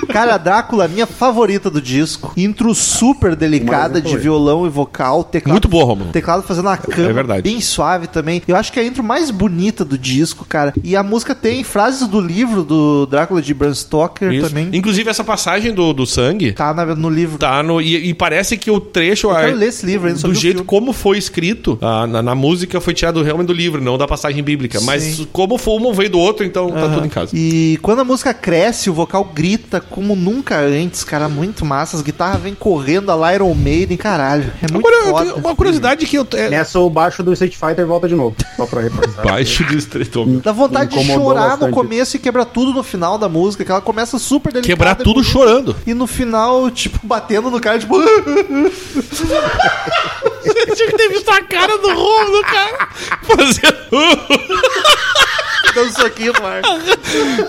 Speaker 1: Cara, a Drácula, a minha favorita do disco. Intro super delicada de violão e vocal. Teclado,
Speaker 2: Muito boa, Romulo.
Speaker 1: Teclado fazendo a cama.
Speaker 2: É verdade.
Speaker 1: Bem suave também. Eu acho que é a intro mais bonita do disco, cara. E a música tem frases do livro do Drácula de Bram Stoker
Speaker 2: Isso.
Speaker 1: também.
Speaker 2: Inclusive, essa passagem do, do sangue
Speaker 1: Tá na- no livro.
Speaker 2: tá no. E, e parece que o trecho.
Speaker 1: Eu
Speaker 2: a-
Speaker 1: quero ler esse livro ainda
Speaker 2: do
Speaker 1: sobre o
Speaker 2: jeito
Speaker 1: filme.
Speaker 2: como foi escrito ah, na, na música foi tirado realmente do livro, não da passagem bíblica. Mas
Speaker 1: Sim.
Speaker 2: como foi um veio do outro, então tá tudo em casa.
Speaker 1: E quando a música cresce, o vocal grita como nunca antes, cara, muito massa. As guitarras vêm correndo, a Iron Maiden, caralho. É muito
Speaker 2: Agora, eu
Speaker 1: foda.
Speaker 2: tenho uma curiosidade que eu. te- É,
Speaker 3: Nessa o baixo do Street Fighter volta de novo. Só pra repassar.
Speaker 6: Baixo de estreito.
Speaker 1: Dá vontade de
Speaker 3: Incomodou
Speaker 1: chorar no
Speaker 3: bastante.
Speaker 1: começo e quebrar tudo no final da música, que ela começa super delicada.
Speaker 2: (laughs) quebrar
Speaker 1: e
Speaker 2: tudo (laughs) chorando.
Speaker 1: E no final, tipo, (laughs) batendo no cara, tipo.
Speaker 2: Você tinha que ter visto a cara do Romulo, (laughs) cara. Fazendo.
Speaker 1: dando soquinho no ar.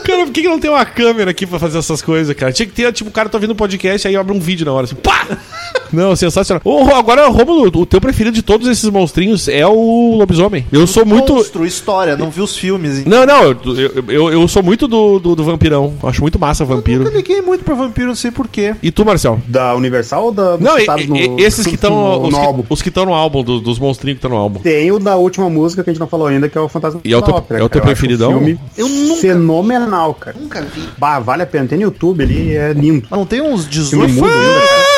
Speaker 2: Cara, por que, que não tem uma câmera aqui pra fazer essas coisas, cara? Tinha que ter, tipo, o cara tá ouvindo um podcast aí abre um vídeo na hora, assim, pá! (laughs) Não, sensacional. Ô, Rô, agora, Romulo, o teu preferido de todos esses monstrinhos é o lobisomem. Eu sou muito.
Speaker 1: Monstro, história, não vi os filmes. Então.
Speaker 2: Não, não, eu, eu, eu sou muito do, do, do vampirão. Acho muito massa
Speaker 1: Nunca
Speaker 2: vampiro.
Speaker 1: liguei muito pra vampiro, não sei porquê.
Speaker 2: E tu, Marcel?
Speaker 3: Da Universal ou da. dos
Speaker 2: Não, e-
Speaker 3: citados tá no-
Speaker 2: e- esses que
Speaker 3: no-
Speaker 2: estão. Os,
Speaker 3: no álbum?
Speaker 2: que- os que estão no álbum, do- dos monstrinhos que estão no álbum.
Speaker 3: Tem o da última música que a gente não falou ainda, que é o Fantasma
Speaker 2: E é o
Speaker 3: da
Speaker 2: teu-
Speaker 3: Ópera,
Speaker 2: é o teu
Speaker 3: cara. Eu acho
Speaker 2: preferidão?
Speaker 3: um filme
Speaker 1: Eu nunca-
Speaker 3: Fenomenal, cara.
Speaker 1: Nunca vi.
Speaker 3: Bah, vale a pena. Tem no YouTube ali, é lindo.
Speaker 1: Mas não tem uns
Speaker 3: Filme
Speaker 1: 18.
Speaker 3: mudo né? ainda, cara.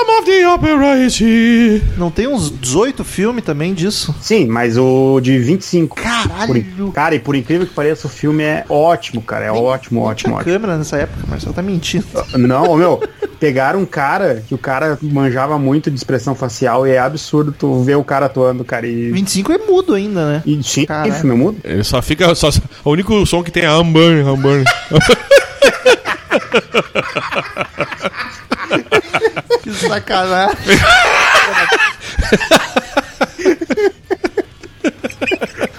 Speaker 2: Phantom of the Opera is here.
Speaker 1: (laughs) Não tem uns 18 filmes também disso?
Speaker 3: Sim, mas o de 25.
Speaker 1: Caralho!
Speaker 3: Por in- cara, e por incrível que pareça, o filme é ótimo, cara. É ótimo, ótimo,
Speaker 1: Tinha
Speaker 3: ótimo.
Speaker 1: câmera nessa época, Marcelo tá mentindo.
Speaker 3: Não, ô, meu, pegaram um cara que o cara manjava muito de expressão facial e é absurdo tu ver o cara atuando, cara. E,
Speaker 1: 25 é mudo ainda,
Speaker 3: (laughs)
Speaker 1: né?
Speaker 3: e sim,
Speaker 1: Caralho.
Speaker 3: esse filme é mudo.
Speaker 2: Ele só fica. Só, só- o único som que tem é Amburn, Amburn.
Speaker 1: Que sacanagem.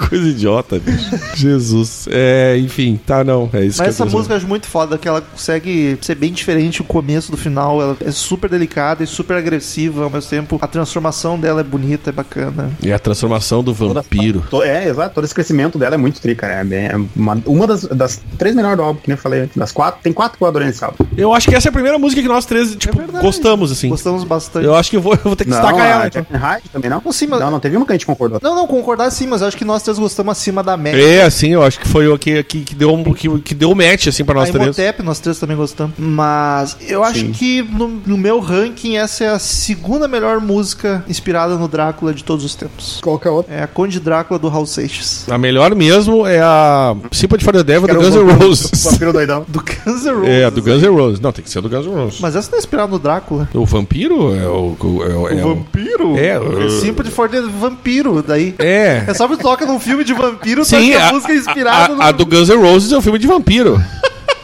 Speaker 2: Coisa idiota, bicho. Jesus. É, enfim, tá não. É isso
Speaker 1: Mas
Speaker 2: que
Speaker 1: essa
Speaker 2: eu tô
Speaker 1: música eu acho muito foda, que ela consegue ser bem diferente o começo do final. Ela é super delicada e super agressiva ao mesmo tempo. A transformação dela é bonita, é bacana.
Speaker 2: dizendo. E a transformação do vampiro.
Speaker 3: To- É, exato. Todo esse crescimento dela é muito tri, cara. É, bem- é uma, uma das, das três melhores do álbum, que nem eu falei. Das quatro, tem quatro coadores nesse álbum.
Speaker 2: Eu acho que essa é a primeira música que nós três, tipo,
Speaker 1: verdade.
Speaker 2: gostamos, assim.
Speaker 1: Gostamos bastante.
Speaker 2: Eu acho que eu vou, eu vou ter que
Speaker 3: Não, é,
Speaker 2: destacar ela.
Speaker 3: a
Speaker 2: então.
Speaker 3: Jack Hyde também não?
Speaker 1: Não, sim, mas-
Speaker 3: Não, não teve uma que a gente concordou.
Speaker 1: Não, não, concordar sim, mas eu acho que nós três gostamos acima da média.
Speaker 2: É, assim, eu acho que foi o que, que, que deu um que, que deu match, assim, pra nós
Speaker 1: a
Speaker 2: três.
Speaker 1: Imhotep, nós três também gostamos. Mas eu acho
Speaker 3: Sim.
Speaker 1: que no, no meu ranking essa é a segunda melhor música inspirada no Drácula de todos os tempos.
Speaker 3: Qual que é a outra?
Speaker 1: É a Conde Drácula do Hal Seixas.
Speaker 2: A melhor mesmo é a Sympathy for the Devil do
Speaker 3: Era o
Speaker 2: Guns N'
Speaker 3: vampiro-
Speaker 2: Roses.
Speaker 3: o Vampiro doidão.
Speaker 1: Do Guns N' Roses.
Speaker 2: É, do Guns N' Roses. Não, tem que ser do Guns N' Roses.
Speaker 1: Mas essa não é inspirada no Drácula.
Speaker 2: O vampiro é o. É o, é o-
Speaker 1: vampiro?
Speaker 2: É,
Speaker 1: É,
Speaker 2: uh.
Speaker 1: é Simple de Forte Vampiro, daí.
Speaker 2: É.
Speaker 1: É só que toca num filme de vampiro, só
Speaker 2: Sim,
Speaker 1: que a,
Speaker 2: a,
Speaker 1: música é inspirada
Speaker 2: a-
Speaker 1: no É um
Speaker 2: a do Guns N' Roses é um filme
Speaker 1: (laughs)
Speaker 2: de vampiro.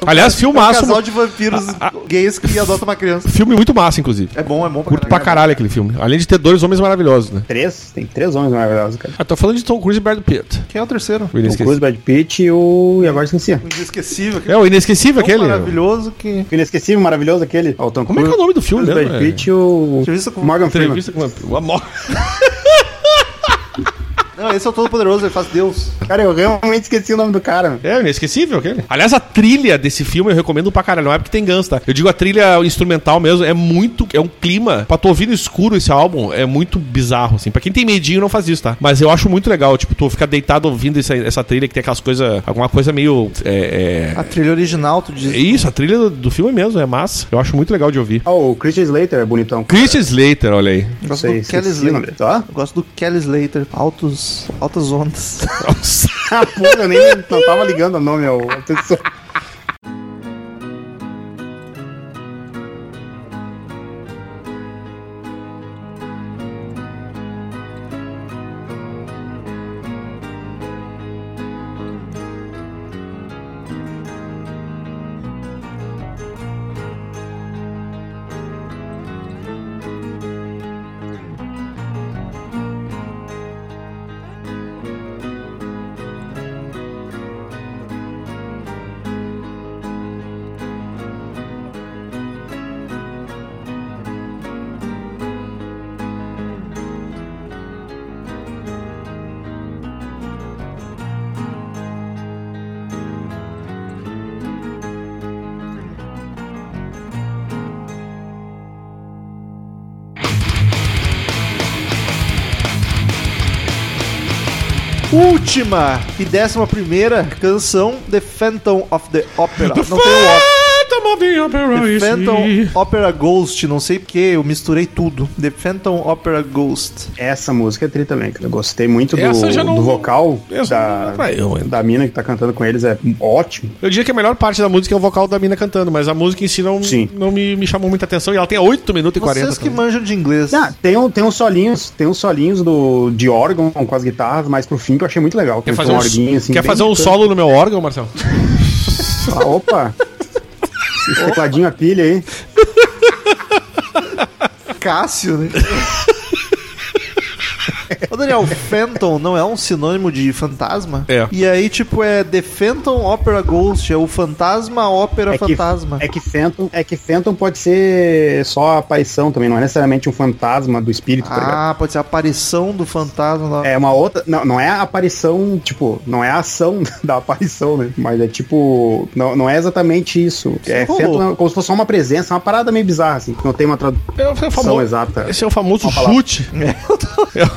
Speaker 2: Aliás, filmaço.
Speaker 1: casal de vampiros gays que adotam uma criança.
Speaker 2: Filme muito massa, inclusive.
Speaker 1: É bom, é bom
Speaker 2: Curto pra caralho aquele filme. Além de ter dois homens maravilhosos, né?
Speaker 3: Três? Tem três homens maravilhosos, cara.
Speaker 2: Ah, tô falando de Tom Cruise e Brad Pitt.
Speaker 1: Quem é o terceiro?
Speaker 2: O
Speaker 3: O Cruz,
Speaker 2: inesquecível.
Speaker 3: Brad Pitt e o... E agora esqueci.
Speaker 1: O Inesquecível. que
Speaker 2: É, o inesquecível
Speaker 1: é tão
Speaker 2: aquele.
Speaker 1: maravilhoso que...
Speaker 3: O inesquecível, maravilhoso aquele. Ó, o Tom
Speaker 2: Como é que é o nome do filme
Speaker 3: Cruz,
Speaker 2: mesmo?
Speaker 3: Brad
Speaker 2: É.
Speaker 3: Pitt e o...
Speaker 1: Entrevista com-
Speaker 3: Morgan Freeman.
Speaker 2: Entrevista com o amor.
Speaker 1: Não, esse é o Todo Poderoso, ele faz Deus.
Speaker 3: Cara, eu realmente esqueci o nome do cara. meu.
Speaker 2: (laughs) É, o inesquecível aquele. Aliás, a trilha desse filme eu recomendo pra caralho. Não é porque tem Guns, tá? Eu digo a trilha instrumental mesmo. É muito. É um clima. Pra tu ouvir no escuro esse álbum, é muito bizarro, assim. Pra quem tem medinho, não faz isso, tá? Mas eu acho muito legal. Tipo, tu ficar deitado ouvindo essa, essa trilha que tem aquelas coisas. Alguma coisa meio. É.
Speaker 1: A trilha original, tu
Speaker 2: é...
Speaker 1: diz.
Speaker 2: é Isso, a trilha do, do filme mesmo, é massa. Eu acho muito legal de ouvir.
Speaker 3: Ah, o Christian Slater é bonitão.
Speaker 2: Christian Slater, olha aí.
Speaker 1: Eu
Speaker 3: Não
Speaker 1: gosto
Speaker 3: sei,
Speaker 1: do Kelly
Speaker 3: esqueci o nome
Speaker 1: Slater.
Speaker 3: dele. Ó,
Speaker 2: Tá?
Speaker 1: Eu gosto do Kelly Slater. Altos, altas ondas.
Speaker 2: Nossa.
Speaker 3: (laughs) Ah, porra, (laughs) eu nem não tava ligando o nome ao à pessoa.
Speaker 1: última e décima primeira canção, The Phantom of the Opera. Não tem o Opera.
Speaker 2: Phantom of the Opera
Speaker 1: The
Speaker 2: is
Speaker 1: Phantom
Speaker 2: here.
Speaker 1: Opera Ghost, não sei porque, eu misturei tudo. The Phantom Opera Ghost.
Speaker 3: Essa música é tri também, cara. Eu gostei muito do,
Speaker 2: Essa já não-
Speaker 3: do vocal
Speaker 2: Essa
Speaker 3: da,
Speaker 2: não traiu ainda.
Speaker 3: da mina que tá cantando com eles. É ótimo.
Speaker 2: Eu diria que a melhor parte da música é o vocal da mina cantando, mas a música em si não,
Speaker 3: Sim.
Speaker 2: não me, me chamou muita atenção. E ela tem 8 minutos e 40.
Speaker 1: Vocês que
Speaker 2: também.
Speaker 1: manjam de inglês.
Speaker 3: Ah, tem, um, tem uns solinhos, tem uns solinhos do, de órgão com as guitarras, mas pro fim que eu achei muito legal.
Speaker 2: Quer
Speaker 3: Tem
Speaker 2: fazer um,
Speaker 3: órguinho,
Speaker 2: quer
Speaker 3: assim, bem
Speaker 2: fazer um
Speaker 3: bacana.
Speaker 2: solo no meu órgão, Marcelo? (laughs)
Speaker 3: Ah, opa! Esse tecladinho a pilha aí.
Speaker 1: Cássio, né? (laughs) Ô Daniel, Phantom não é um sinônimo de fantasma?
Speaker 2: É.
Speaker 1: E aí, tipo, é The Phantom Opera Ghost, é o fantasma ópera
Speaker 3: É que,
Speaker 1: fantasma.
Speaker 3: é, que Phantom, é que Phantom pode ser só a aparição também, não é necessariamente um fantasma do espírito, tá ligado?
Speaker 1: Ah, pode ser a aparição do fantasma lá.
Speaker 3: É uma outra. Não, não é a aparição, tipo, não é a ação (laughs) da aparição, né? Mas é tipo. Não, não é exatamente isso. É
Speaker 1: rolou.
Speaker 3: Phantom, é como se fosse só uma presença, uma parada meio bizarra, assim, que não tem uma tradução
Speaker 2: É o famoso-
Speaker 3: exata.
Speaker 2: Esse é o famoso
Speaker 3: Uma
Speaker 2: (laughs)
Speaker 3: palavra.
Speaker 2: chute. É o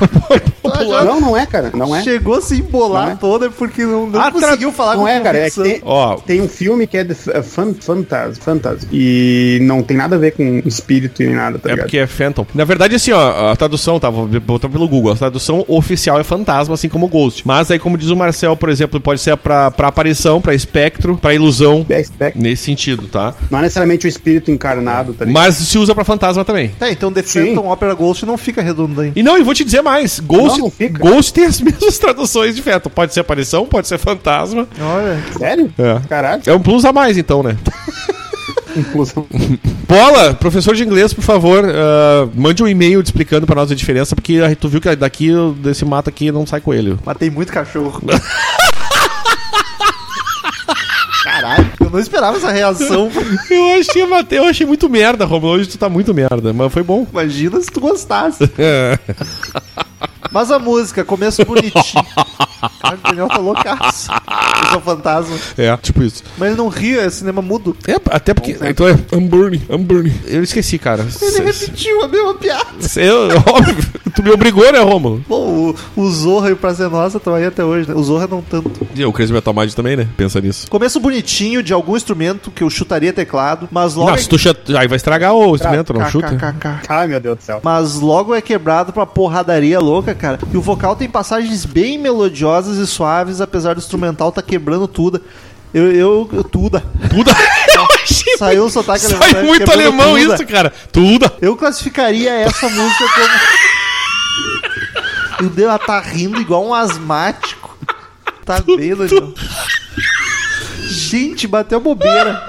Speaker 2: popular.
Speaker 3: Não, não é, cara. Não é.
Speaker 1: Chegou a se embolar
Speaker 3: Não é?
Speaker 1: toda porque não, não
Speaker 2: Ah, tra-
Speaker 1: conseguiu falar
Speaker 3: Não é, cara. É que
Speaker 1: convicção.
Speaker 3: tem,
Speaker 2: Ó,
Speaker 3: Tem um filme que é de fan, fantasma, fantasma. E não tem nada a ver com espírito nem nada, tá
Speaker 2: É
Speaker 3: ligado?
Speaker 2: porque é Phantom. Na verdade, assim, ó, a tradução, tá? Vou botar pelo Google. A tradução oficial é fantasma, assim como Ghost. Mas aí, como diz o Marcel, por exemplo, pode ser pra, pra aparição, pra espectro, pra ilusão.
Speaker 3: É espectro.
Speaker 2: Nesse sentido, tá?
Speaker 3: Não é necessariamente o espírito encarnado, tá ligado?
Speaker 2: Mas se usa pra fantasma também.
Speaker 1: Tá, então The
Speaker 3: Sim.
Speaker 1: Phantom Opera Ghost não fica redundante.
Speaker 2: E não, e vou te dizer mais: Ghost,
Speaker 3: Não, não fica.
Speaker 2: Ghost tem as (laughs) mesmas traduções de Phantom. Pode ser aparição, pode ser fantasma.
Speaker 1: Olha,
Speaker 3: Sério?
Speaker 2: É.
Speaker 3: Caralho,
Speaker 2: É um plus a mais, então, né? (laughs)
Speaker 3: inclusão.
Speaker 2: Bola, professor de inglês, por favor, ah, mande um e-mail explicando pra nós a diferença, porque ah, tu viu que daqui, desse mato aqui, não sai coelho.
Speaker 1: matei muito
Speaker 3: (laughs)
Speaker 1: cachorro. Caralho, eu não esperava essa reação.
Speaker 2: (laughs)
Speaker 3: (laughs)
Speaker 2: Eu achei, Mate- eu achei muito merda, Romulo. Hoje tu tá muito merda, mas foi bom.
Speaker 1: Imagina se tu gostasse.
Speaker 2: É,
Speaker 1: Mas a música, começo (laughs) bonitinho. Cara, o Daniel tá loucaço. Eu sou fantasma.
Speaker 2: É, tipo isso.
Speaker 1: Mas ele não ri, é cinema mudo.
Speaker 2: É, até porque. então é. I'm burning, I'm burning. Eu esqueci, (laughs) cara.
Speaker 1: Ele
Speaker 2: Cê-
Speaker 1: repetiu a mesma piada.
Speaker 2: cê- eu- (laughs) óbvio. tu me obrigou, né, Romulo?
Speaker 1: Bom, o, o Zorra e o Prazer Nossa estão aí até hoje, né? O Zorra não tanto.
Speaker 2: E o Crazy Metal Mind também, né? Pensa nisso.
Speaker 1: Começo bonitinho de algum instrumento que eu chutaria teclado, mas logo. é
Speaker 2: Nossa, se tu chuta- Aí vai estragar o instrumento, não
Speaker 1: Cá,
Speaker 2: chuta?
Speaker 1: cá, cá, cá.
Speaker 3: Ai, meu Deus do céu.
Speaker 1: Mas logo é quebrado pra porradaria louca, cara. E o vocal tem passagens bem melodiosas e suaves, apesar do instrumental tá quebrando tudo. Eu, eu, eu tudo.
Speaker 2: (laughs) Tudo. eu achei.
Speaker 1: Saiu o sotaque né?
Speaker 2: Sai muito
Speaker 1: quebrando
Speaker 2: alemão
Speaker 1: tudo.
Speaker 2: isso, cara. Tudo.
Speaker 1: Eu classificaria essa música como. O Deus, ela tá rindo igual um asmático. Tá bem, Daniel. Gente, bateu bobeira.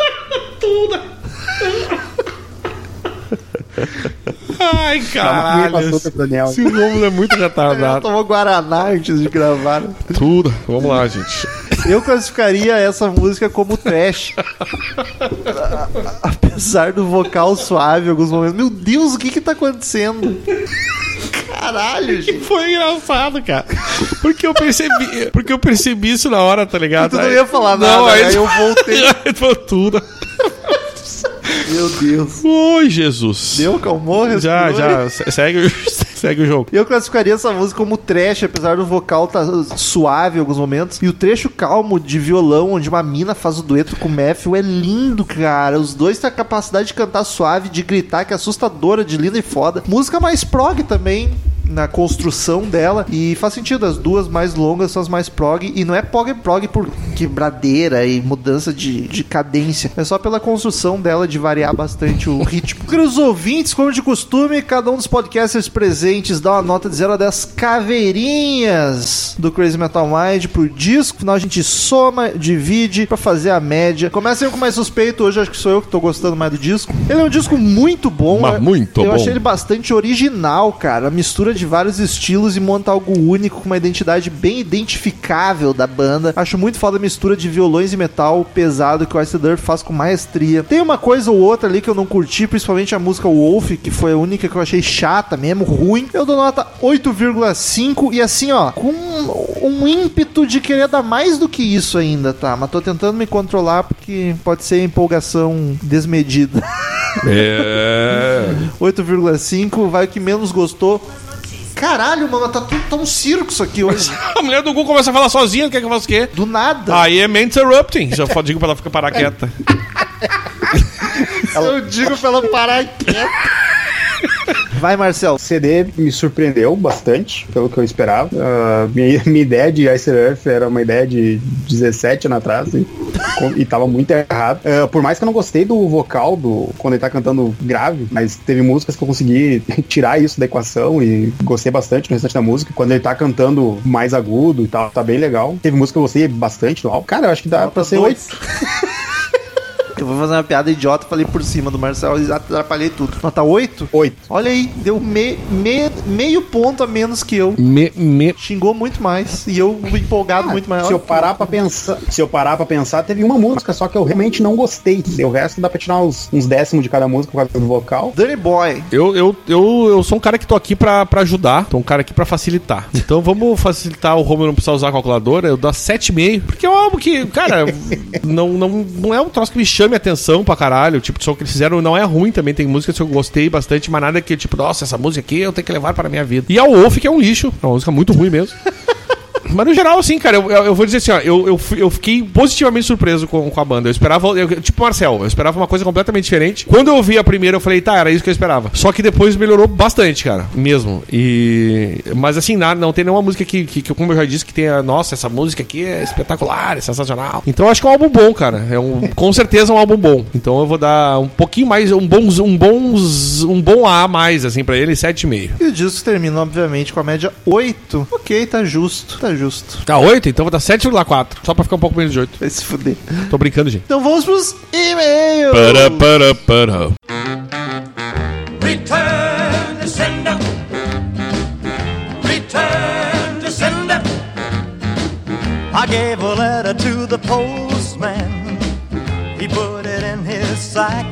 Speaker 2: Ai,
Speaker 3: Ah,
Speaker 2: caralho.
Speaker 1: (laughs)
Speaker 3: passou pro Daniel.
Speaker 2: Esse Romulo é muito
Speaker 1: Ela
Speaker 2: retardado.
Speaker 1: tomou Guaraná antes de gravar.
Speaker 2: Tudo. Vamos lá, gente.
Speaker 1: Eu classificaria essa música como trash. A- a- Apesar do vocal suave em alguns momentos. Meu Deus, o que que tá acontecendo? Caralho, gente.
Speaker 2: Foi engraçado, cara. Porque eu percebi, porque eu percebi isso na hora, tá ligado?
Speaker 1: Tu não ia falar
Speaker 2: Não,
Speaker 1: nada,
Speaker 2: aí-
Speaker 1: aí eu voltei.
Speaker 2: (laughs) Aí foi tudo.
Speaker 1: Meu Deus.
Speaker 2: Oi, Jesus.
Speaker 1: Deu, calmou,
Speaker 2: Já,
Speaker 1: respirou.
Speaker 2: já. Se- Segue, o- (laughs) segue o jogo.
Speaker 1: Eu classificaria essa música como trash, apesar do vocal tá suave em alguns momentos. E o trecho calmo de violão, onde uma mina faz o dueto com o Matthew, é lindo, cara. Os dois têm a capacidade de cantar suave, de gritar, que é assustadora, de linda e foda. Música mais prog também. Na construção dela, e faz sentido, as duas mais longas são as mais prog, e não é prog prog por quebradeira e mudança de, de cadência, é só pela construção dela de variar bastante o (laughs) ritmo. Para os ouvintes, como de costume, cada um dos podcasters presentes dá uma nota de 0 a 10 caveirinhas do Crazy Metal Mind pro disco. No final a gente soma, divide pra fazer a média. Começa eu com o mais suspeito, hoje acho que sou eu que tô gostando mais do disco. Ele é um disco muito bom.
Speaker 2: Mas
Speaker 1: eu-
Speaker 2: muito
Speaker 1: Eu
Speaker 2: bom.
Speaker 1: achei ele bastante original, cara. A mistura de vários estilos e monta algo único com uma identidade bem identificável da banda. Acho muito foda a mistura de violões e metal pesado que o Ice Dirt faz com maestria. Tem uma coisa ou outra ali que eu não curti, principalmente a música Wolf, que foi a única que eu achei chata mesmo, ruim. Eu dou nota 8,5 e assim, ó, com um ímpeto de querer dar mais do que isso ainda, tá? Mas tô tentando me controlar porque pode ser empolgação desmedida.
Speaker 2: É.
Speaker 1: 8,5, vai o que menos gostou. caralho, mano, tá, tudo, tá um circo isso aqui hoje.
Speaker 2: A mulher do Google começa a falar sozinha, quer que eu faça o quê?
Speaker 1: Do nada.
Speaker 2: Aí é me interrupting. Já fa- digo pra ela ficar parar quieta.
Speaker 1: (laughs) Eu digo pra ela parar quieto. Vai, Marcel.
Speaker 3: CD me surpreendeu bastante, pelo que eu esperava. Ah, minha, (laughs) minha ideia de Ice Earth era uma ideia de 17 anos atrás e, com- e tava muito errado. Ah, por mais que eu não gostei do vocal do quando ele tá cantando grave, mas teve músicas que eu consegui (laughs) tirar isso da equação e gostei bastante no restante da música. Quando ele tá cantando mais agudo e tal, tá bem legal. Teve música que eu gostei bastante do álbum. Cara, eu acho que dá pra ser
Speaker 1: Dois. (laughs)
Speaker 3: 8.
Speaker 1: Eu vou fazer uma piada idiota, falei por cima do Marcel e atrapalhei tudo. Nota 8?
Speaker 3: 8.
Speaker 1: Olha aí, deu me- me- meio ponto a menos que eu.
Speaker 2: Me, me.
Speaker 1: Xingou muito mais e eu empolgado muito mais.
Speaker 3: Se eu
Speaker 1: Olha,
Speaker 3: parar pra pensar, se eu parar para pensar, teve uma música só que eu realmente não gostei. O resto dá pra tirar uns, uns décimos de cada música por causa do vocal.
Speaker 1: Danny Boy.
Speaker 2: Eu, eu, eu, eu sou um cara que tô aqui pra, pra ajudar, tô um cara aqui pra facilitar. (laughs) Então vamos facilitar o Romulo não precisar usar a calculadora, eu dou 7,5, porque é um álbum que, (laughs) cara, não, não, não é um troço que me chame a atenção pra caralho. O tipo de som que eles fizeram não é ruim também, tem músicas que eu gostei bastante, mas nada que, tipo, nossa, essa música aqui eu tenho que levar para minha vida. E a Wolf, que é um lixo, é uma música muito ruim mesmo. Mas no geral, assim, cara, eu, eu- eu vou dizer assim, ó, eu, eu, fui- eu fiquei positivamente surpreso com, com a banda. Eu esperava, eu- tipo Marcel, eu esperava uma coisa completamente diferente. Quando eu vi a primeira, eu falei, tá, era isso que eu esperava. Só que depois melhorou bastante, cara, mesmo. E. Mas assim, nada, não tem nenhuma música que, que, que, como eu já disse, que tenha, nossa, essa música aqui é espetacular, é sensacional. Então eu acho que é um álbum bom, cara. É um, (laughs) com certeza é um álbum bom. Então eu vou dar um pouquinho mais, um bom, um bom, um bom A a mais, assim, pra ele, 7,5.
Speaker 1: E o disco termina, obviamente, com a média 8. Ok, tá justo, tá justo.
Speaker 2: Tá 8? Então eu vou dar 7,4. Só pra ficar um pouco menos de 8.
Speaker 1: Vai se fuder.
Speaker 2: Tô brincando, gente.
Speaker 1: Então vamos pros e-mails.
Speaker 6: Para, para, para.
Speaker 7: Return to sender. Return to sender.
Speaker 5: I gave a letter to the postman. He put it in his sack.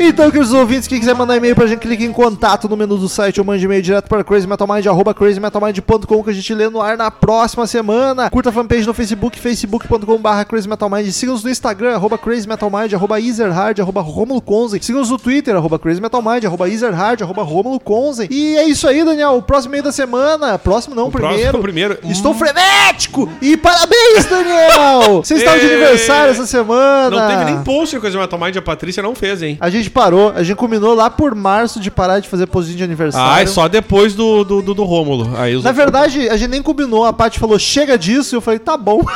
Speaker 1: Então, queridos ouvintes, quem quiser mandar e-mail pra gente, clique em contato no menu do site ou mande e-mail direto para crazymetalmind, arroba crazymetalmind.com que a gente lê no ar na próxima semana. Curta a fanpage no Facebook, facebook.com barra crazymetalmind. Siga-nos no Instagram, arroba crazymetalmind, arroba easerhard, arroba romulo conze. Siga-nos no Twitter, arroba crazymetalmind, arroba easerhard, arroba romulo conze. E é isso aí, Daniel. O próximo e-mail da semana. Próximo não, primeiro.
Speaker 2: próximo, primeiro.
Speaker 1: Estou frenético! E parabéns, Daniel! Você estava de
Speaker 2: Ê!
Speaker 1: aniversário essa semana.
Speaker 2: Não teve nem post de coisa Metal Mind, a Patrícia não fez, hein?
Speaker 1: A gente parou, a gente combinou lá por março de parar de fazer postinho de aniversário.
Speaker 2: Ah, é só depois do, do, do, do Rômulo. Aí os
Speaker 1: Na verdade, a gente nem combinou, a Paty falou, chega disso, e eu falei, tá bom. (laughs)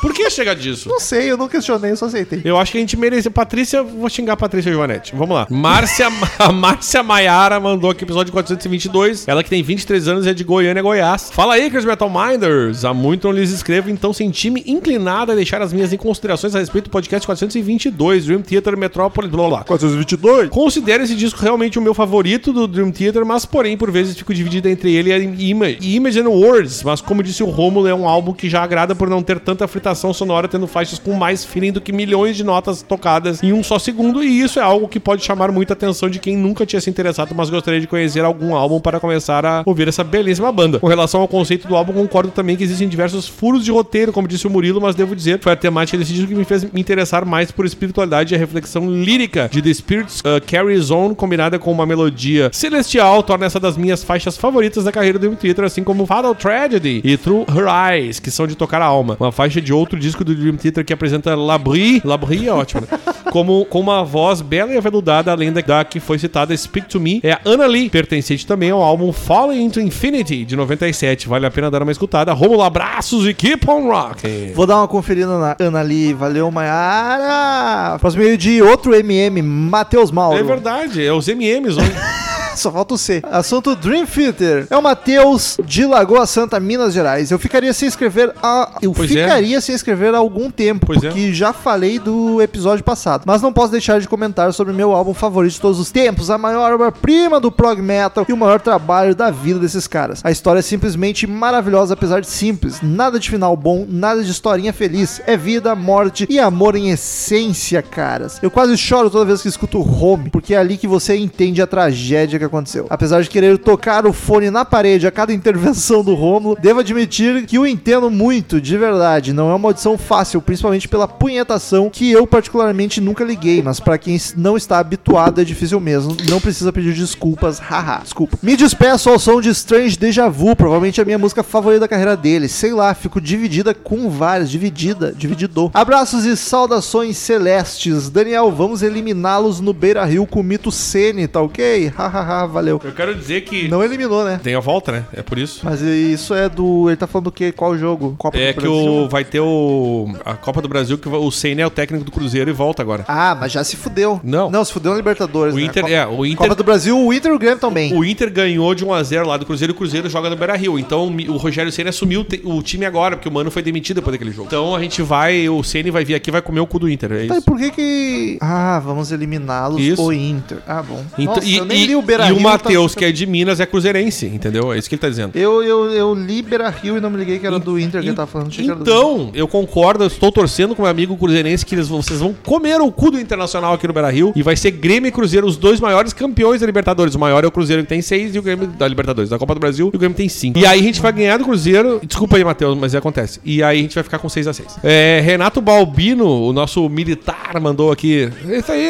Speaker 2: Por que chega disso?
Speaker 1: não sei, eu não questionei, eu só aceitei.
Speaker 2: Eu acho que a gente merece. Patrícia, vou xingar a Patrícia Joanete. Vamos lá. Márcia, (laughs) a Márcia Maiara mandou aqui episódio 422. Ela que tem 23 anos e é de Goiânia, Goiás. Fala aí, Chris Metal Minders. Há muito não lhes escrevo, então senti-me inclinada a deixar as minhas considerações a respeito do podcast 422, Dream Theater Metrópole, blá blá. blá.
Speaker 1: 422?
Speaker 2: Considero esse disco realmente o meu favorito do Dream Theater, mas porém, por vezes, fico dividido entre ele e Ima- e Image and Words. Mas como disse o Romulo, é um álbum que já agrada por não ter tanta fritação sonora, tendo faixas com mais feeling do que milhões de notas tocadas em um só segundo, e isso é algo que pode chamar muita atenção de quem nunca tinha se interessado, mas gostaria de conhecer algum álbum para começar a ouvir essa belíssima banda. Com relação ao conceito do álbum, concordo também que existem diversos furos de roteiro, como disse o Murilo, mas devo dizer, foi a temática desse disco que me fez me interessar mais por espiritualidade e a reflexão lírica de The Spirits uh, Carries On, combinada com uma melodia celestial, torna essa das minhas faixas favoritas da carreira do Dream Theater, assim como Fatal Tragedy e Through Her Eyes, que são de tocar a alma. Uma faixa de outro disco do Dream Theater que apresenta Labri, Labri é ótimo, né? (laughs) como, com uma voz bela e aveludada, além da, da que foi citada Speak To Me, é a Anna Lee, pertencente também ao álbum Falling Into Infinity, de 97. Vale a pena dar uma escutada. Romulo, abraços e keep on rocking!
Speaker 1: Vou dar uma conferida na Ana ali, valeu, Maiara! Próximo e-mail de outro MM, Matheus Mauro.
Speaker 2: É verdade, é os MMs. ó.
Speaker 1: Só falta o C. Assunto Dream Theater. É o Matheus de Lagoa Santa, Minas Gerais. Eu ficaria sem escrever a... Eu
Speaker 2: Pois é.
Speaker 1: ficaria sem escrever há algum tempo,
Speaker 2: Pois é.
Speaker 1: porque já falei do episódio passado. Mas não posso deixar de comentar sobre meu álbum favorito de todos os tempos, a maior obra-prima do prog metal e o maior trabalho da vida desses caras. A história é simplesmente maravilhosa, apesar de simples. Nada de final bom, nada de historinha feliz. É vida, morte e amor em essência, caras. Eu quase choro toda vez que escuto Home, porque é ali que você entende a tragédia que aconteceu. Apesar de querer tocar o fone na parede a cada intervenção do Romulo, devo admitir que o entendo muito, de verdade. Não é uma audição fácil, principalmente pela punhetação, que eu particularmente nunca liguei, mas pra quem não está habituado é difícil mesmo. Não precisa pedir desculpas, haha. Desculpa. Me despeço ao som de Strange Deja Vu, provavelmente a minha música favorita da carreira dele. Sei lá, fico dividida com várias, dividida, dividido. Abraços e saudações celestes. Daniel, vamos eliminá-los no Beira Rio com o mito Sene, tá ok? Hahaha, valeu.
Speaker 2: Eu quero dizer que.
Speaker 1: Não eliminou, né?
Speaker 2: Tem a volta, né? É por isso.
Speaker 1: Mas isso é do. Ele tá falando do quê? Qual jogo? Copa
Speaker 2: É
Speaker 1: do
Speaker 2: que o, vai ter o, a Copa do Brasil, que o Senna é o técnico do Cruzeiro e volta agora.
Speaker 1: Ah, mas já se fudeu.
Speaker 2: Não.
Speaker 1: Não, se fudeu na Libertadores.
Speaker 2: O
Speaker 1: né?
Speaker 2: Inter-
Speaker 1: Copa...
Speaker 2: é, o Inter-
Speaker 1: Copa do Brasil, o Inter e o Grêmio também.
Speaker 2: O Inter ganhou de 1x0 lá do Cruzeiro e o Cruzeiro joga no Beira Rio. Então o Rogério Senna assumiu o te- o time agora, porque o Mano foi demitido depois daquele jogo. Então a gente vai, o Senna vai vir aqui e vai comer o cu do Inter. É
Speaker 1: Tá, e
Speaker 2: isso.
Speaker 1: por que que... Ah, vamos eliminá-los,
Speaker 2: Isso.
Speaker 1: o Inter. Ah, bom.
Speaker 2: Então,
Speaker 1: Nossa,
Speaker 2: e,
Speaker 1: eu nem
Speaker 2: e-
Speaker 1: li o Beira
Speaker 2: e
Speaker 1: Rio.
Speaker 2: o
Speaker 1: tá-
Speaker 2: Matheus, que é de Minas, é cruzeirense, entendeu? É isso que ele tá dizendo.
Speaker 1: Eu, eu, eu li Beira Rio e não me liguei que era do Inter que ele tava falando. achei que era do
Speaker 2: Então, eu concordo, eu estou torcendo com meu amigo cruzeirense que eles vão- vocês vão comer o cu do Internacional aqui no Beira-Rio e vai ser Grêmio e Cruzeiro os dois maiores campeões da Libertadores. O maior é o Cruzeiro que tem seis e o Grêmio da Libertadores, da Copa do Brasil e o Grêmio tem cinco. E aí a gente vai ganhar do Cruzeiro, desculpa aí, Matheus, mas acontece. E aí a gente vai ficar com 6 a 6 É, Renato Balbino, o nosso militar, mandou aqui. Isso aí,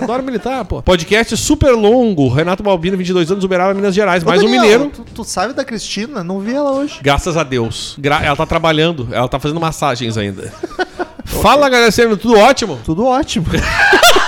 Speaker 2: adoro militar, pô. Podcast super longo, Renato Balbino, 22 anos, Uberaba, Minas Gerais,
Speaker 1: Ô,
Speaker 2: mais um
Speaker 1: Daniel,
Speaker 2: mineiro.
Speaker 1: Tu, tu sabe da Cristina? Não vi ela hoje.
Speaker 2: Graças a Deus. Gra- ela tá trabalhando, ela tá fazendo massagens
Speaker 1: (laughs)
Speaker 2: ainda. Fala, galera, sendo tudo ótimo?
Speaker 1: Tudo ótimo. (laughs)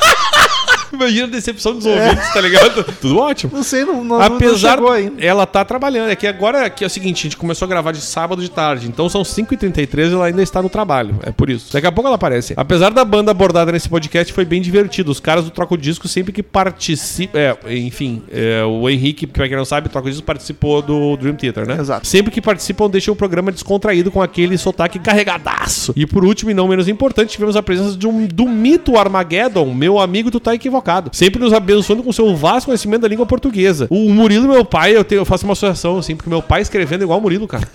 Speaker 2: Imagina a decepção dos ouvintes,
Speaker 1: (laughs)
Speaker 2: tá ligado? Tudo ótimo.
Speaker 1: Não sei, É. não, não, não
Speaker 2: Apesar,
Speaker 1: chegou
Speaker 2: (laughs)
Speaker 1: ainda.
Speaker 2: ela tá trabalhando. É que agora que é o seguinte, a gente começou a gravar de sábado de tarde, então são 5h33 e ela ainda está no trabalho. É por isso. Daqui a pouco ela aparece. Apesar da banda abordada nesse podcast, foi bem divertido. Os caras do Troco Disco sempre que participam. É, enfim, é, o Henrique, que pra quem não sabe, Troco Disco participou do Dream Theater, né?
Speaker 1: Exato.
Speaker 2: Sempre que participam, deixam o programa descontraído com aquele sotaque carregadaço. E por último, e não menos importante, tivemos a presença de um, do mito Armageddon, meu amigo, tu tá equivocado. Sempre nos abençoando com seu vasto conhecimento da língua portuguesa. O Murilo, meu pai, eu, tenho- eu faço uma associação, assim, porque meu pai escrevendo é igual o
Speaker 1: (laughs)
Speaker 2: Murilo, cara.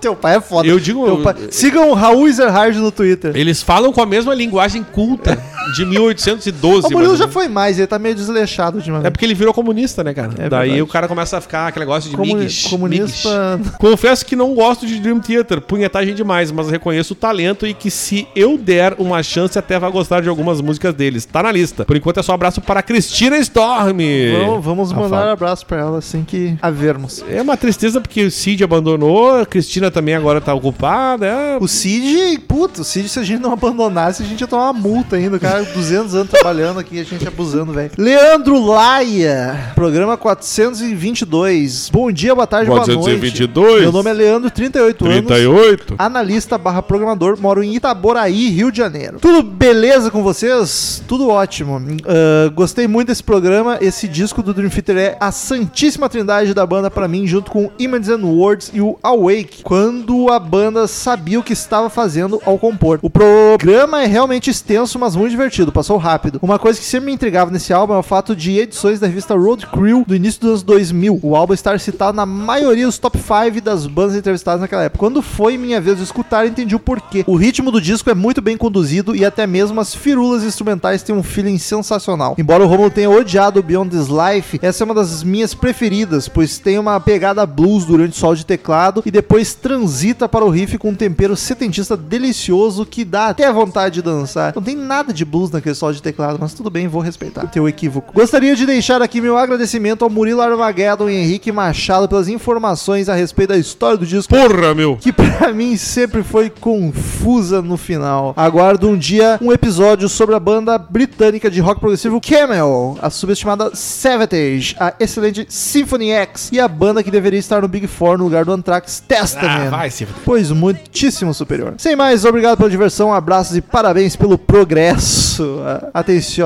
Speaker 1: Teu pai é foda.
Speaker 2: Eu digo-
Speaker 1: Teu pai- Sigam o Raul Ezerhard no Twitter.
Speaker 2: Eles falam com a mesma linguagem culta de 1812.
Speaker 1: o Murilo
Speaker 2: mais ou
Speaker 1: já
Speaker 2: menos.
Speaker 1: foi mais, ele tá meio desleixado ultimamente.
Speaker 2: né? É porque ele virou comunista, né, cara?
Speaker 1: É
Speaker 2: Daí
Speaker 1: verdade.
Speaker 2: o cara começa a ficar aquele negócio de
Speaker 1: Comuni-
Speaker 2: migues,
Speaker 1: comunista-
Speaker 2: migues. Confesso que não gosto de Dream Theater, punhetagem demais, mas reconheço o talento e que se eu der uma chance até vai gostar de algumas músicas deles. Tá na lista. Por enquanto é só abraço para Cristina Storm. É,
Speaker 1: Vamos, vamos
Speaker 2: Rafael.
Speaker 1: mandar um abraço pra ela assim que havermos.
Speaker 2: É uma tristeza porque o Cid abandonou, a Cristina também agora tá ocupada. é-
Speaker 1: O Cid, puto, o Cid, se a gente não abandonasse, a gente ia tomar uma multa ainda. O cara (laughs) 200 anos trabalhando aqui, a gente abusando, velho. Leandro Laia, programa 422. Bom dia, boa tarde, boa
Speaker 6: 422.
Speaker 1: noite. Meu nome é Leandro, 38, anos.
Speaker 6: 38?
Speaker 1: Analista barra programador, moro em Itaboraí, Rio de Janeiro. Tudo beleza com vocês? Tudo ótimo. Ah, gostei muito desse programa. Esse disco do Dream Theater é a santíssima trindade da banda pra mim, junto com Images and Words e o Awake, quando a banda sabia o que estava fazendo ao compor. O programa é realmente extenso, mas muito divertido. Passou rápido. Uma coisa que sempre me intrigava nesse álbum é o fato de edições da revista Road Crew do início dos anos 2000. O álbum estar citado na maioria dos top 5 das bandas entrevistadas naquela época. Quando foi minha vez de escutar, entendi o porquê. O ritmo do disco é muito bem conduzido e até mesmo as firulas instrumentais têm um feeling sensacional. Embora o Romulo tenha odiado o Beyond This Life, essa é uma das minhas preferidas, pois tem uma pegada blues durante o sol de teclado e depois transita para o riff com um tempero setentista delicioso que dá até vontade de dançar. Não tem nada de blues naquele sol de teclado, mas tudo bem, vou respeitar teu equívoco. Gostaria de deixar aqui meu agradecimento ao Murilo Armageddon e Henrique Machado pelas informações a respeito da história do disco
Speaker 2: Porra, meu!
Speaker 1: que pra (laughs) mim sempre foi confusa no final. Aguardo um dia um episódio sobre a banda britânica de rock progressivo Camel, a subestimada Savatage, a excelente Symphony X e a banda que deveria estar no Big Four no lugar do Anthrax Testament.
Speaker 2: se
Speaker 1: Pois muitíssimo superior. Sem mais, obrigado pela diversão, abraços e parabéns pelo progresso. a-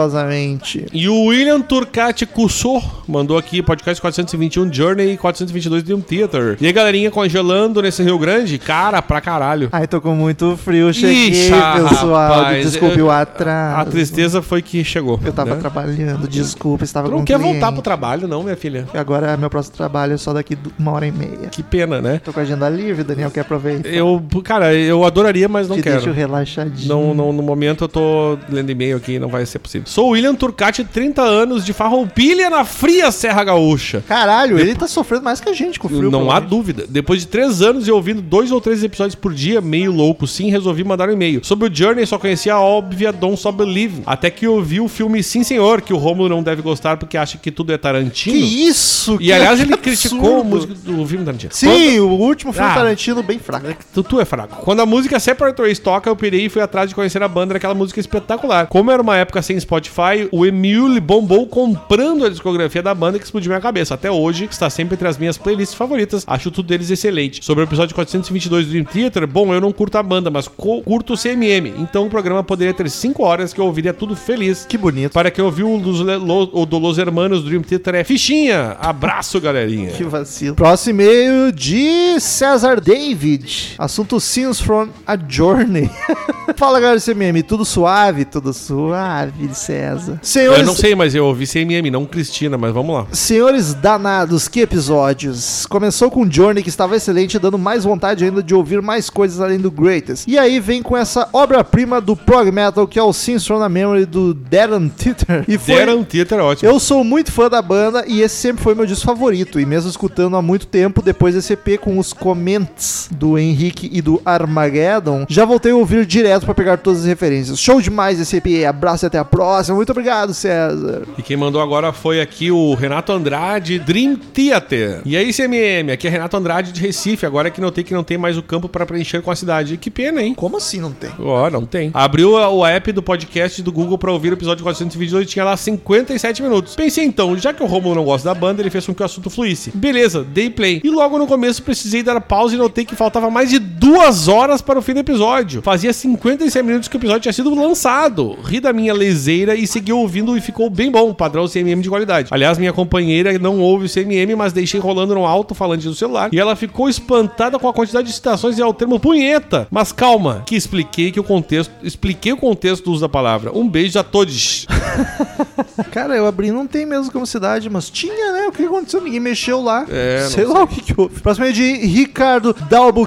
Speaker 1: Atenciosamente.
Speaker 2: E o William Turcati Cussor mandou aqui podcast 421 Journey e 422 Dream Theater. E aí, galerinha, congelando nesse Rio Grande? Cara, pra caralho.
Speaker 1: Ai, tô com muito frio, cheguei,
Speaker 2: Ixi,
Speaker 1: pessoal.
Speaker 2: rapaz,
Speaker 1: Desculpe
Speaker 2: eu-
Speaker 1: o atraso.
Speaker 2: A tristeza foi que chegou.
Speaker 1: Eu tava
Speaker 2: né?
Speaker 1: trabalhando, desculpa, estava
Speaker 2: Tu
Speaker 1: com
Speaker 2: não
Speaker 1: um
Speaker 2: quer
Speaker 1: cliente.
Speaker 2: voltar pro trabalho, não, minha filha.
Speaker 1: Agora meu próximo trabalho é só daqui du- uma hora e meia.
Speaker 2: Que pena, né?
Speaker 1: Tô com a agenda livre, Daniel quer aproveitar.
Speaker 2: Eu, cara, eu adoraria, mas não
Speaker 1: Te deixo
Speaker 2: quero.
Speaker 1: relaxadinho.
Speaker 2: Não, não, no momento eu tô fazendo e-mail aqui, não vai ser possível. Sou William Turcati, 30 anos, de Farroupilha, na fria Serra Gaúcha.
Speaker 1: Caralho, ele tá sofrendo mais que a gente com o frio.
Speaker 2: Não há
Speaker 1: provavelmente.
Speaker 2: dúvida. Depois de três anos e ouvindo dois ou três episódios por dia, meio louco, sim, resolvi mandar um e-mail. Sobre o Journey, só conhecia a óbvia Don't Stop Believe. Até que ouvi o filme Sim Senhor, que o Romulo não deve gostar porque acha que tudo é Tarantino.
Speaker 1: Que isso?
Speaker 2: E
Speaker 1: que
Speaker 2: aliás, ele
Speaker 1: absurdo.
Speaker 2: criticou o músico do filme Tarantino.
Speaker 1: Sim, o último filme
Speaker 2: Ah.
Speaker 1: Tarantino bem fraco.
Speaker 2: Tu, tu é fraco. Quando a música Separate Ways toca, eu pirei e fui atrás de conhecer a banda daquela música espetacular. Como era uma época sem Spotify, o Emule bombou comprando a discografia da banda que explodiu minha cabeça. Até hoje, está sempre entre as minhas playlists favoritas. Acho tudo deles excelente. Sobre o episódio 422 do Dream Theater, bom, eu não curto a banda, mas co- curto o CMM. Então o programa poderia ter 5 horas que eu ouviria tudo feliz.
Speaker 1: Que bonito.
Speaker 2: Para quem ouviu o, dos Le- Lo- o do Los Hermanos Dream Theater é fichinha. Abraço, galerinha.
Speaker 1: Que vacilo. Próximo e-mail de César David. Assunto Scenes from a
Speaker 2: (laughs)
Speaker 1: Journey. Fala, galera do CMM. Tudo suave? Tudo suave, César. Senhores,
Speaker 2: Eu não sei, mas eu ouvi CMM, não Cristina, mas vamos lá.
Speaker 1: Senhores danados, que episódios! Começou com Journey, que estava excelente, dando mais vontade ainda de ouvir mais coisas além do Greatest. E aí vem com essa obra-prima do prog metal, que é o Sins from the Memory do Darren Titter. E foi...
Speaker 2: Deram Theater é ótimo.
Speaker 1: Eu sou muito fã da banda e esse sempre foi meu disco favorito. E mesmo escutando há muito tempo, depois desse EP com os comments do Henrique e do Armageddon, já voltei a ouvir direto pra pegar todas as referências. Show demais esse EP, abraço e até a próxima. Muito obrigado, César.
Speaker 2: E quem mandou agora foi aqui o Renato Andrade, Dream Theater. E aí, CMM, aqui é Renato Andrade de Recife. Agora é que não tem que não tem mais o campo pra preencher com a cidade. Que pena, hein?
Speaker 1: Como assim não tem?
Speaker 2: Ó, não tem. Abriu a- o app do podcast do Google pra ouvir o episódio 422 e tinha lá 57 minutos. Pensei então, já que o Romulo não gosta da banda, ele fez com que o assunto fluísse. Beleza, dei play. E logo no começo precisei dar pausa e notei que faltava mais de duas horas para o fim do episódio. Fazia 56 minutos que o episódio tinha sido lançado. Ri da minha leseira e segui ouvindo e ficou bem bom, padrão CMM de qualidade. Aliás, minha companheira não ouve o CMM, mas deixei rolando no alto-falante do celular e ela ficou espantada com a quantidade de citações e ao termo punheta. Mas calma, que expliquei que o contexto, expliquei o contexto do uso da palavra. Um beijo a todos.
Speaker 1: Cara, eu abri, não tem mesmo como cidade, mas tinha, né? O que aconteceu? Ninguém mexeu lá.
Speaker 2: É, não
Speaker 1: sei, lá o que, que houve. Próximo é de Ricardo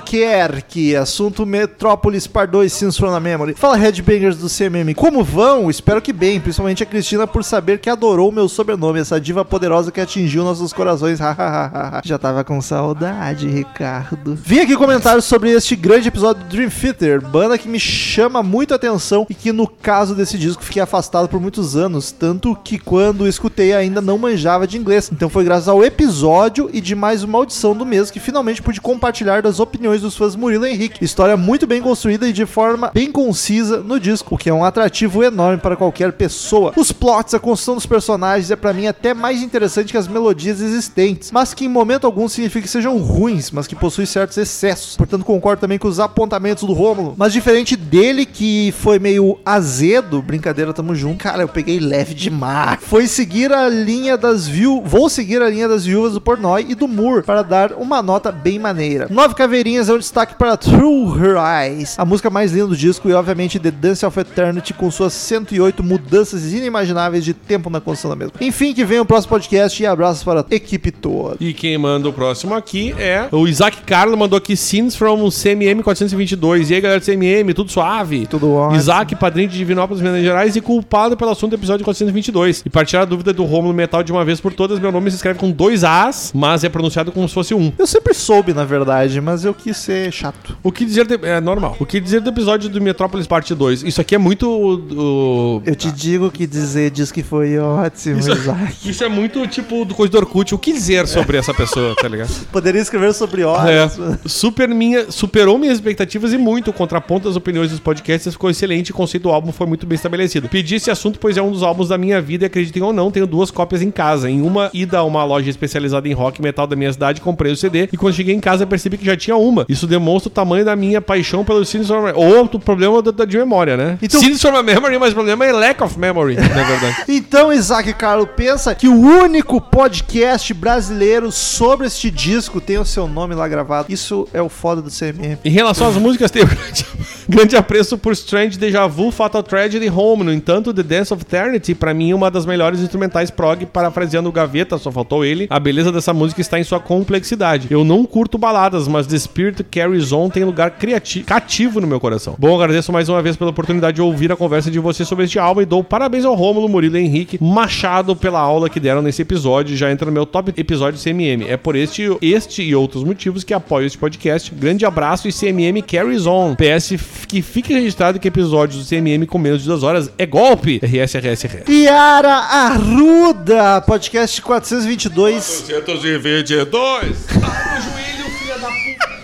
Speaker 1: Dalbuquerque. Assunto Metrópolis Par 2 Sins from the Memory. Fala, Headbangers do CMM. Como vão? Espero que bem, principalmente a Cristina por saber que adorou o meu sobrenome, essa diva poderosa que atingiu nossos corações. (laughs) Hahaha. Já tava com saudade, Ricardo. Vim aqui comentar sobre este grande episódio do Dream Theater, banda que me chama muito a atenção e que no caso desse disco fiquei afastado por muitos anos, tanto que quando escutei ainda não manjava de inglês. Então foi graças ao episódio e de mais uma audição do mesmo que finalmente pude compartilhar das opiniões dos fãs Murilo e Henrique. História muito bem construída e de forma bem concisa no disco, o que é um atrativo enorme para qualquer pessoa. Os plots, a construção dos personagens é para mim até mais interessante que as melodias existentes, mas que em momento algum significa que sejam ruins, mas que possuem certos excessos. Portanto, concordo também com os apontamentos do Rômulo, mas diferente dele que foi meio azedo, brincadeira, tamo junto. Cara, eu peguei leve demais. Foi seguir a linha das viu, vou seguir a linha das viúvas do Pornói e do Moore para dar uma nota bem maneira. Nove Caveirinhas é um destaque para True Her Eyes, a música mais linda do disco e obviamente The Dance of Eternity com suas 108 mudanças inimagináveis de tempo na construção da mesma. Enfim, que venha o próximo podcast e abraços para a equipe toda.
Speaker 2: E quem manda o próximo aqui é o Isaac Carlo mandou aqui Scenes from CMM 422. E aí, galera do CMM, tudo suave?
Speaker 1: Tudo ótimo.
Speaker 2: Isaac, padrinho de Divinópolis, Minas Gerais e culpado pelo assunto do episódio 422. E para tirar a dúvida do Romulo Metal de uma vez por todas, meu nome se escreve com dois As, mas é pronunciado como se fosse um.
Speaker 1: Eu sempre soube, na verdade, mas eu quis ser chato.
Speaker 2: O que dizer... de- É normal. O que dizer do episódio do Metrópolis Parte 2? Isso aqui é muito... o- o-
Speaker 1: Eu te digo o que dizer diz que foi ótimo, Isaac.
Speaker 2: Isso é muito, tipo, do coisa do Orkut. O que dizer sobre essa pessoa, tá ligado?
Speaker 1: (laughs) Poderia escrever sobre
Speaker 2: É.
Speaker 1: horas.
Speaker 2: Super minha, superou minhas expectativas e muito. O contraponto das opiniões dos podcasts ficou excelente. O conceito do álbum foi muito bem estabelecido. Pedi esse assunto, pois é um dos álbuns da minha vida. E acreditem ou não, tenho duas cópias em casa. Em uma, ida a uma loja especializada em rock e metal da minha cidade, comprei o CD. E quando cheguei em casa, percebi que já tinha uma. Isso demonstra o tamanho da minha paixão pelo Sins from Ou o problema da- da- de memória, né?
Speaker 1: Então-
Speaker 2: Sins from a Memory, mas o problema é lack of memory, na verdade.
Speaker 1: Então, Isaac Carlo, pensa que o único podcast brasileiro sobre este disco tem o seu nome lá gravado. Isso é o foda do CMM.
Speaker 2: Em relação às músicas, tem o (laughs) grande. Grande apreço por Strange, Deja Vu, Fatal Tragedy e Home. No entanto, The Dance of Eternity, pra mim, é uma das melhores instrumentais prog, parafraseando o Gaveta, só faltou ele. A beleza dessa música está em sua complexidade. Eu não curto baladas, mas The Spirit Carries On tem lugar criati- cativo no meu coração. Bom, agradeço mais uma vez pela oportunidade de ouvir a conversa de vocês sobre este álbum e dou parabéns ao Rômulo, Murilo e Henrique Machado pela aula que deram nesse episódio. Já entra no meu top episódio CMM. É por este, este e outros motivos que apoio este podcast. Grande abraço e CMM carries on. PS, f- que fique registrado que episódios do CMM com menos de duas horas é golpe. RS, RS, RS.
Speaker 1: Yara Arruda, podcast 422. (laughs)
Speaker 6: 222.
Speaker 1: Tá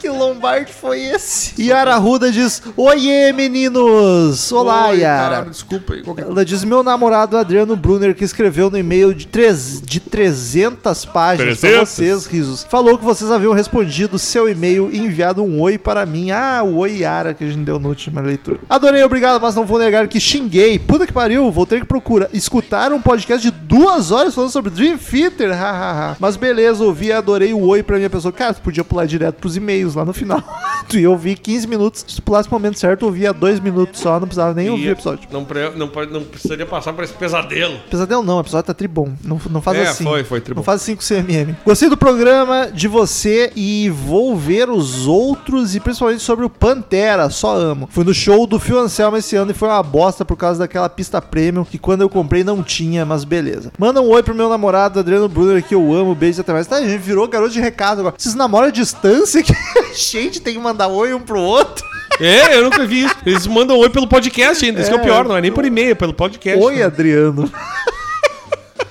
Speaker 1: Que lombar que foi esse? Yara Arruda diz: Oiê, meninos! Olá,
Speaker 6: Oi,
Speaker 1: Yara.
Speaker 6: caralho, desculpa aí. Qualquer...
Speaker 1: Ela diz: Meu namorado Adriano Brunner, que escreveu no e-mail de, trez, de 300 páginas pra
Speaker 6: 300?
Speaker 1: vocês, risos, falou que vocês haviam respondido seu e-mail e enviado um oi para mim. Ah, o oi, Yara, que a gente deu na última leitura. Adorei, obrigado, mas não vou negar que xinguei. Puta que pariu, vou ter que procurar. Escutar um podcast de duas horas falando sobre Dream Theater, hahaha. mas beleza, ouvi e adorei o oi pra minha pessoa. Cara, tu podia pular direto pros e-mails lá no final. (laughs) tu ia ouvir 15 minutos, se tu pulasse o momento certo, ouvia dois minutos só, não precisava nem ouvir o episódio.
Speaker 2: Não, pre- não, pode- não precisaria passar por esse pesadelo.
Speaker 1: Pesadelo não, o episódio tá tribom. Não, não faz
Speaker 2: É,
Speaker 1: assim.
Speaker 2: foi, foi tribom.
Speaker 1: Não faz assim com o CMM. Gostei do programa, de você e vou ver os outros e principalmente sobre o Pantera, só amo. Fui no show do Phil Anselmo esse ano e foi uma bosta por causa daquela pista premium que quando eu comprei não tinha, mas beleza. Manda um oi pro meu namorado, Adriano Brunner, que eu amo, beijo e até mais. Tá, a gente virou garoto de recado agora. Vocês namoram à distância (laughs) que a gente tem que mandar oi um pro outro?
Speaker 2: É, eu nunca vi isso. Eles mandam oi pelo podcast ainda. Isso que é o pior, não é nem por e-mail, é pelo podcast.
Speaker 1: Oi, Adriano.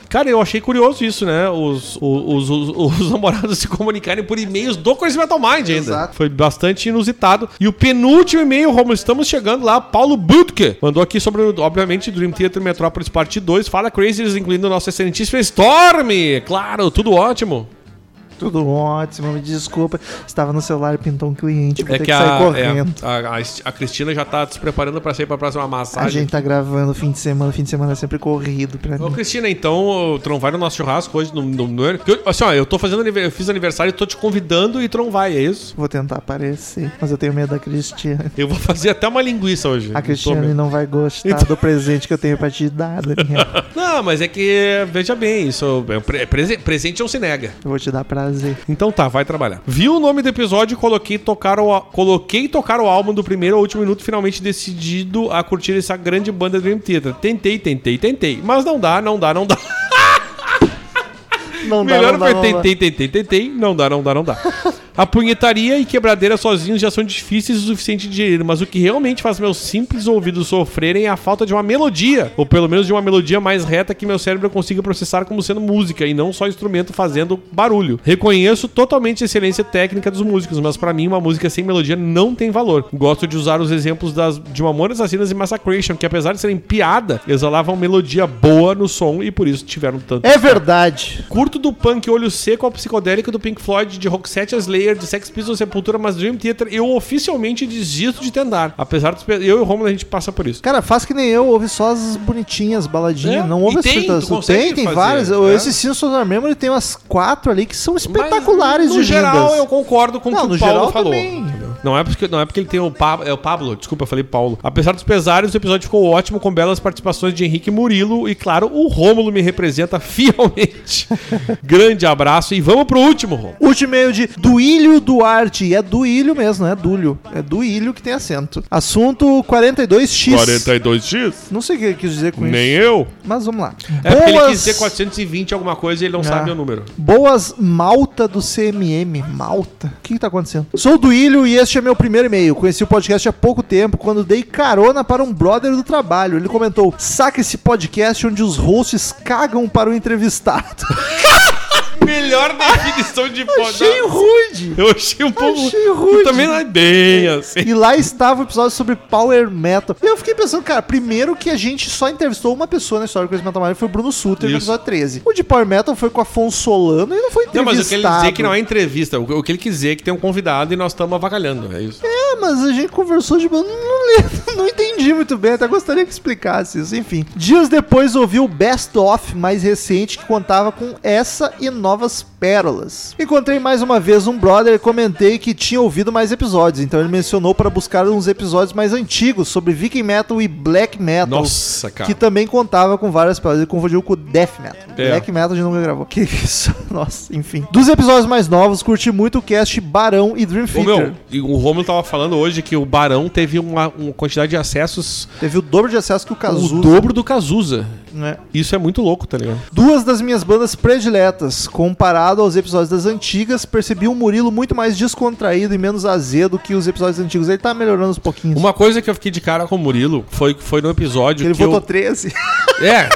Speaker 2: Cara, eu achei curioso isso, né? Os, o- os, os, os (laughs) namorados se comunicarem por e-mails do Crazy Metal Mind ainda.
Speaker 1: Exato.
Speaker 2: Foi bastante inusitado. E o penúltimo e-mail, Romulo, estamos chegando lá. Paulo Butke mandou aqui sobre, obviamente, Dream Theater Metrópolis Parte 2. Fala Crazies, incluindo o nosso excelentíssimo Storm. Claro, tudo ótimo.
Speaker 1: Tudo ótimo, me desculpa. Estava no celular, pintou um cliente, vou
Speaker 2: É
Speaker 1: ter
Speaker 2: que,
Speaker 1: que, sair
Speaker 2: a,
Speaker 1: correndo.
Speaker 2: é, a, a- a Cristina já tá se preparando pra sair pra próxima
Speaker 1: A
Speaker 2: massagem.
Speaker 1: gente tá gravando fim de semana, fim de semana é sempre corrido pra
Speaker 2: Ô,
Speaker 1: mim.
Speaker 2: Cristina, então, tu não vai no nosso churrasco hoje? No, no, no- que eu- assim, ó, eu tô fazendo anive- eu fiz aniversário, tô te convidando e tu não vai, é isso?
Speaker 1: Vou tentar aparecer, mas eu tenho medo da Cristiane.
Speaker 2: Eu vou fazer até uma linguiça hoje.
Speaker 1: A né?
Speaker 2: Não tô
Speaker 1: Cristiane
Speaker 2: mesmo.
Speaker 1: não vai gostar do presente que eu tenho pra te dar, Daniel.
Speaker 2: Não, mas é que, veja bem, isso é, pre- é prese- presente ou se nega.
Speaker 1: Eu vou te dar prazer.
Speaker 2: Então tá, vai trabalhar. Vi o nome do episódio e coloquei tocar o, coloquei tocar o álbum do primeiro ao último minuto, finalmente decidido a curtir essa grande banda Dream Theater. Tentei, tentei, tentei. Mas não dá, não dá, não dá.
Speaker 1: Não dá,
Speaker 2: Melhor
Speaker 1: não dá,
Speaker 2: foi
Speaker 1: não dá.
Speaker 2: tentei, tentei, tentei. Não dá, não dá, não dá. A punhetaria e quebradeira sozinhos já são difíceis o suficiente de gerir, mas o que realmente faz meus simples ouvidos sofrerem é a falta de uma melodia, ou pelo menos de uma melodia mais reta que meu cérebro consiga processar como sendo música e não só instrumento fazendo barulho. Reconheço totalmente a excelência técnica dos músicos, mas pra mim uma música sem melodia não tem valor. Gosto de usar os exemplos das, de Mamonas Assassinas e Massacration, que apesar de serem piada, exalavam melodia boa no som e por isso tiveram tanto
Speaker 1: É verdade.
Speaker 2: Curto do punk olho seco ao psicodélico do Pink Floyd, de Roxette a Slayer, de Sex Pistols Sepultura, mas Dream Theater eu oficialmente desisto de tentar. Apesar dos... pe- Eu e o Romulo a gente passa por isso.
Speaker 1: Cara, faz que nem eu, ouve só as bonitinhas, baladinhas,
Speaker 2: É,
Speaker 1: não ouve
Speaker 2: e
Speaker 1: as
Speaker 2: tem,
Speaker 1: fitas.
Speaker 2: tu consegue
Speaker 1: Tem, tem
Speaker 2: fazer,
Speaker 1: várias.
Speaker 2: né?
Speaker 1: Esse Sins of the Memory tem umas quatro ali que são
Speaker 2: Mas,
Speaker 1: espetaculares
Speaker 2: no
Speaker 1: de
Speaker 2: geral,
Speaker 1: lindas.
Speaker 2: eu concordo com o
Speaker 1: Não,
Speaker 2: que
Speaker 1: no
Speaker 2: o Paulo
Speaker 1: geral
Speaker 2: falou.
Speaker 1: também.
Speaker 2: entendeu? Não é, porque, não é porque ele tem o Pablo, é o Pablo, desculpa, eu falei Paulo. Apesar dos pesares, o episódio ficou ótimo, com belas participações de Henrique Murilo e, claro, o Rômulo me representa (laughs) fielmente. Grande abraço e vamos pro último, Rômulo.
Speaker 1: Último e-mail de Duílio Duarte. E é Duílio mesmo, não é Dúlio. É Duílio que tem acento. Assunto 42x.
Speaker 6: 42x?
Speaker 1: Não sei o que ele quis dizer com
Speaker 6: Nem
Speaker 1: isso.
Speaker 6: eu.
Speaker 1: Mas vamos lá.
Speaker 2: É porque ele quis dizer 420 alguma coisa e ele não
Speaker 1: Ah.
Speaker 2: sabe o número.
Speaker 1: Boas malta do CMM. Malta? O que, que tá acontecendo? Sou do Ilho e este é meu primeiro e-mail. Conheci o podcast há pouco tempo, quando dei carona para um brother do trabalho. Ele comentou: saca esse podcast onde os hosts cagam para o entrevistado.
Speaker 2: Melhor definição
Speaker 1: (laughs)
Speaker 2: de
Speaker 1: Achei
Speaker 2: podcast.
Speaker 1: rude!
Speaker 2: Eu achei um pouco.
Speaker 1: Achei rude.
Speaker 2: Eu também não é bem assim.
Speaker 1: E lá estava o episódio sobre Power Metal. E eu fiquei pensando, cara, primeiro que a gente só entrevistou uma pessoa na história do Crazy Metal Mind foi o Bruno Sutter no
Speaker 2: Isso.
Speaker 1: episódio 13. O de Power Metal foi com a Afonso Solano e não foi
Speaker 2: Não,
Speaker 1: entrevistado.
Speaker 2: mas o que ele dizer é que não é
Speaker 1: Ah,
Speaker 2: entrevista. O o que ele quer dizer é que tem um convidado e nós estamos avacalhando. É isso.
Speaker 1: É, mas a gente conversou de... Eu não eu (laughs) não entendi muito bem, até gostaria que explicasse isso. Enfim, dias depois ouvi o Best Of mais recente que contava com essa e novas pérolas. Encontrei mais uma vez um brother e comentei que tinha ouvido mais episódios, então ele mencionou para buscar uns episódios mais antigos sobre Viking Metal e Black Metal.
Speaker 2: Nossa, cara.
Speaker 1: Que também contava com várias palavras. Ele confundiu com Death Metal.
Speaker 2: É.
Speaker 1: Black Metal a gente nunca gravou. (laughs) Que isso? Nossa, enfim. Dos episódios mais novos, curti muito o cast Barão e Dream
Speaker 2: Ô,
Speaker 1: Theater.
Speaker 2: meu, e o Romulo tava falando hoje que o Barão teve uma, uma quantidade de acessos
Speaker 1: Teve o dobro de acesso que o Cazuza.
Speaker 2: o dobro do Cazuza.
Speaker 1: né?
Speaker 2: Isso é muito louco, tá ligado?
Speaker 1: Duas das minhas bandas prediletas. Comparado aos episódios das antigas, percebi um Murilo muito mais descontraído e menos azedo que os episódios antigos. Ele tá melhorando aos pouquinhos.
Speaker 2: Uma coisa que eu fiquei de cara com o Murilo foi, foi no episódio
Speaker 1: Ele
Speaker 2: que eu-
Speaker 1: votou (laughs) 13.
Speaker 2: É.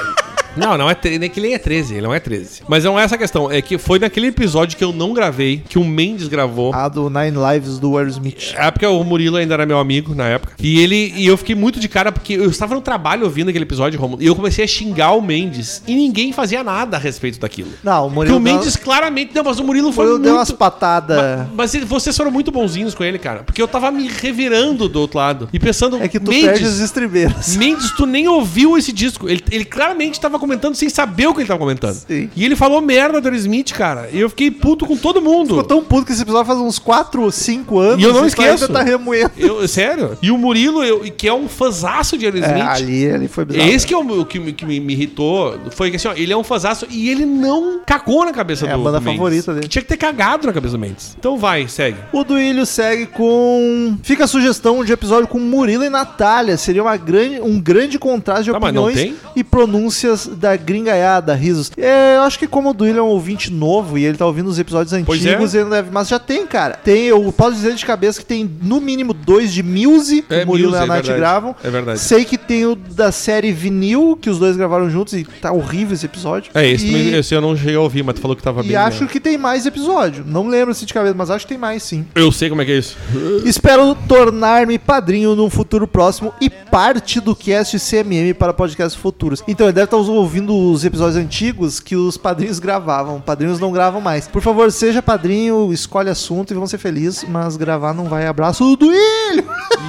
Speaker 2: Não, não é tre- nem que ele é 13, ele não é 13. Mas não é essa a questão, é que foi naquele episódio que eu não gravei, que o Mendes gravou.
Speaker 1: Ah, do Nine Lives do Aerosmith.
Speaker 2: É porque o Murilo ainda era meu amigo na época. E ele e eu fiquei muito de cara porque eu estava no trabalho ouvindo aquele episódio, Romulo, e eu comecei a xingar o Mendes e ninguém fazia nada a respeito daquilo.
Speaker 1: Não, o
Speaker 2: Porque
Speaker 1: Murilo.
Speaker 2: o Mendes claramente, não, mas o Murilo
Speaker 1: deu,
Speaker 2: foi
Speaker 1: Murilo
Speaker 2: muito
Speaker 1: deu umas patadas.
Speaker 2: Ma- Mas ele- vocês foram muito bonzinhos com ele, cara. Porque eu tava me revirando do outro lado e pensando.
Speaker 1: É que tu
Speaker 2: Mendes,
Speaker 1: perde as estribeiras.
Speaker 2: Mendes, tu nem ouviu esse disco. Ele, ele claramente tava comentando sem saber o que ele tava comentando.
Speaker 1: Sim.
Speaker 2: E ele falou merda do Smith, cara. E eu fiquei puto com todo mundo.
Speaker 1: Ficou tão puto que esse episódio faz uns 4 ou 5 anos
Speaker 2: E eu não
Speaker 1: tu
Speaker 2: esqueço.
Speaker 1: ainda tá remoendo.
Speaker 2: Eu- sério? E o Murilo, eu- que é um fanzaço de Aerosmith.
Speaker 1: É, ali, ali foi bizarro.
Speaker 2: É esse que, é o meu- que, me- que me, me irritou. Foi que assim, ó, ele é um fanzaço e ele não cagou na cabeça
Speaker 1: É
Speaker 2: do
Speaker 1: a banda
Speaker 2: do Mendes.
Speaker 1: favorita dele.
Speaker 2: Que tinha que ter cagado na cabeça do Mendes. Então vai, segue.
Speaker 1: O Duílio segue com. Fica a sugestão de episódio com Murilo e Natália. Seria uma grande, um grande contraste de
Speaker 2: Tá, mas não
Speaker 1: opiniões
Speaker 2: tem?
Speaker 1: e pronúncias da gringaiada, risos. É, eu acho que como o Duílio é um ouvinte novo e ele tá ouvindo os episódios
Speaker 2: Pois é.
Speaker 1: antigos, ele não deve. Mas já tem, cara. Tem, eu posso dizer de cabeça que tem no mínimo dois de Muse, que
Speaker 2: É,
Speaker 1: o Murilo
Speaker 2: Muse,
Speaker 1: e a
Speaker 2: é
Speaker 1: Nath
Speaker 2: verdade.
Speaker 1: gravam.
Speaker 2: É verdade.
Speaker 1: Sei que tem o da série vinil, que os dois gravaram juntos e tá horrível esse episódio.
Speaker 2: É, esse,
Speaker 1: E-
Speaker 2: também- esse eu não cheguei a ouvir, mas tu falou que tava bem.
Speaker 1: E acho
Speaker 2: né?
Speaker 1: que tem mais episódio. Não lembro se de cabeça, mas acho que tem mais sim.
Speaker 2: Eu sei como é que é isso.
Speaker 1: Espero tornar-me padrinho num futuro próximo e parte do cast CMM para podcasts futuros. Então, ele deve estar ouvindo os episódios antigos que os padrinhos gravavam. Padrinhos não gravam mais. Por favor, seja padrinho, escolhe assunto e vão ser felizes, mas gravar não vai. Abraço do Ilho!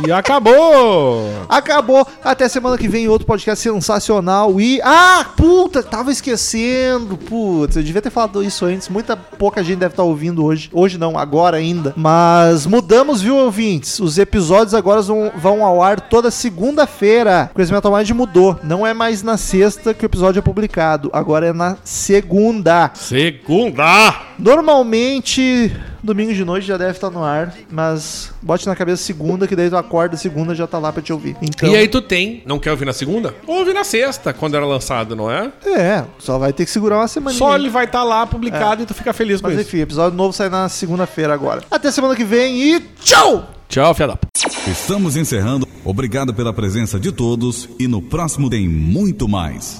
Speaker 2: E acabou!
Speaker 1: Acabou! Até semana que vem outro podcast sensacional e. Ah, puta! Tava esquecendo! Putz, eu devia ter falado isso antes. Muita pouca gente deve estar ouvindo hoje. Hoje não, agora ainda. Mas mudamos, viu, ouvintes? Os episódios agora vão, vão ao ar toda segunda-feira. O Crazy Metal Mind mudou. Não é mais na sexta que o episódio é publicado. Agora é na segunda.
Speaker 2: Segunda!
Speaker 1: Normalmente, domingo de noite já deve estar no ar, mas bote na cabeça segunda, que daí tu acorda segunda já tá lá pra te ouvir. Então,
Speaker 2: E aí tu tem. Não quer ouvir na segunda? Ouve na sexta, quando era lançado, não é?
Speaker 1: É, só vai ter que segurar uma semana.
Speaker 2: Só ele vai estar lá publicado e tu fica feliz com
Speaker 1: É. Mas
Speaker 2: isso.
Speaker 1: enfim, episódio novo sai na segunda-feira agora. Até semana que vem e tchau!
Speaker 2: Tchau, fiada.
Speaker 8: Estamos encerrando. Obrigado pela presença de todos e no próximo tem muito mais.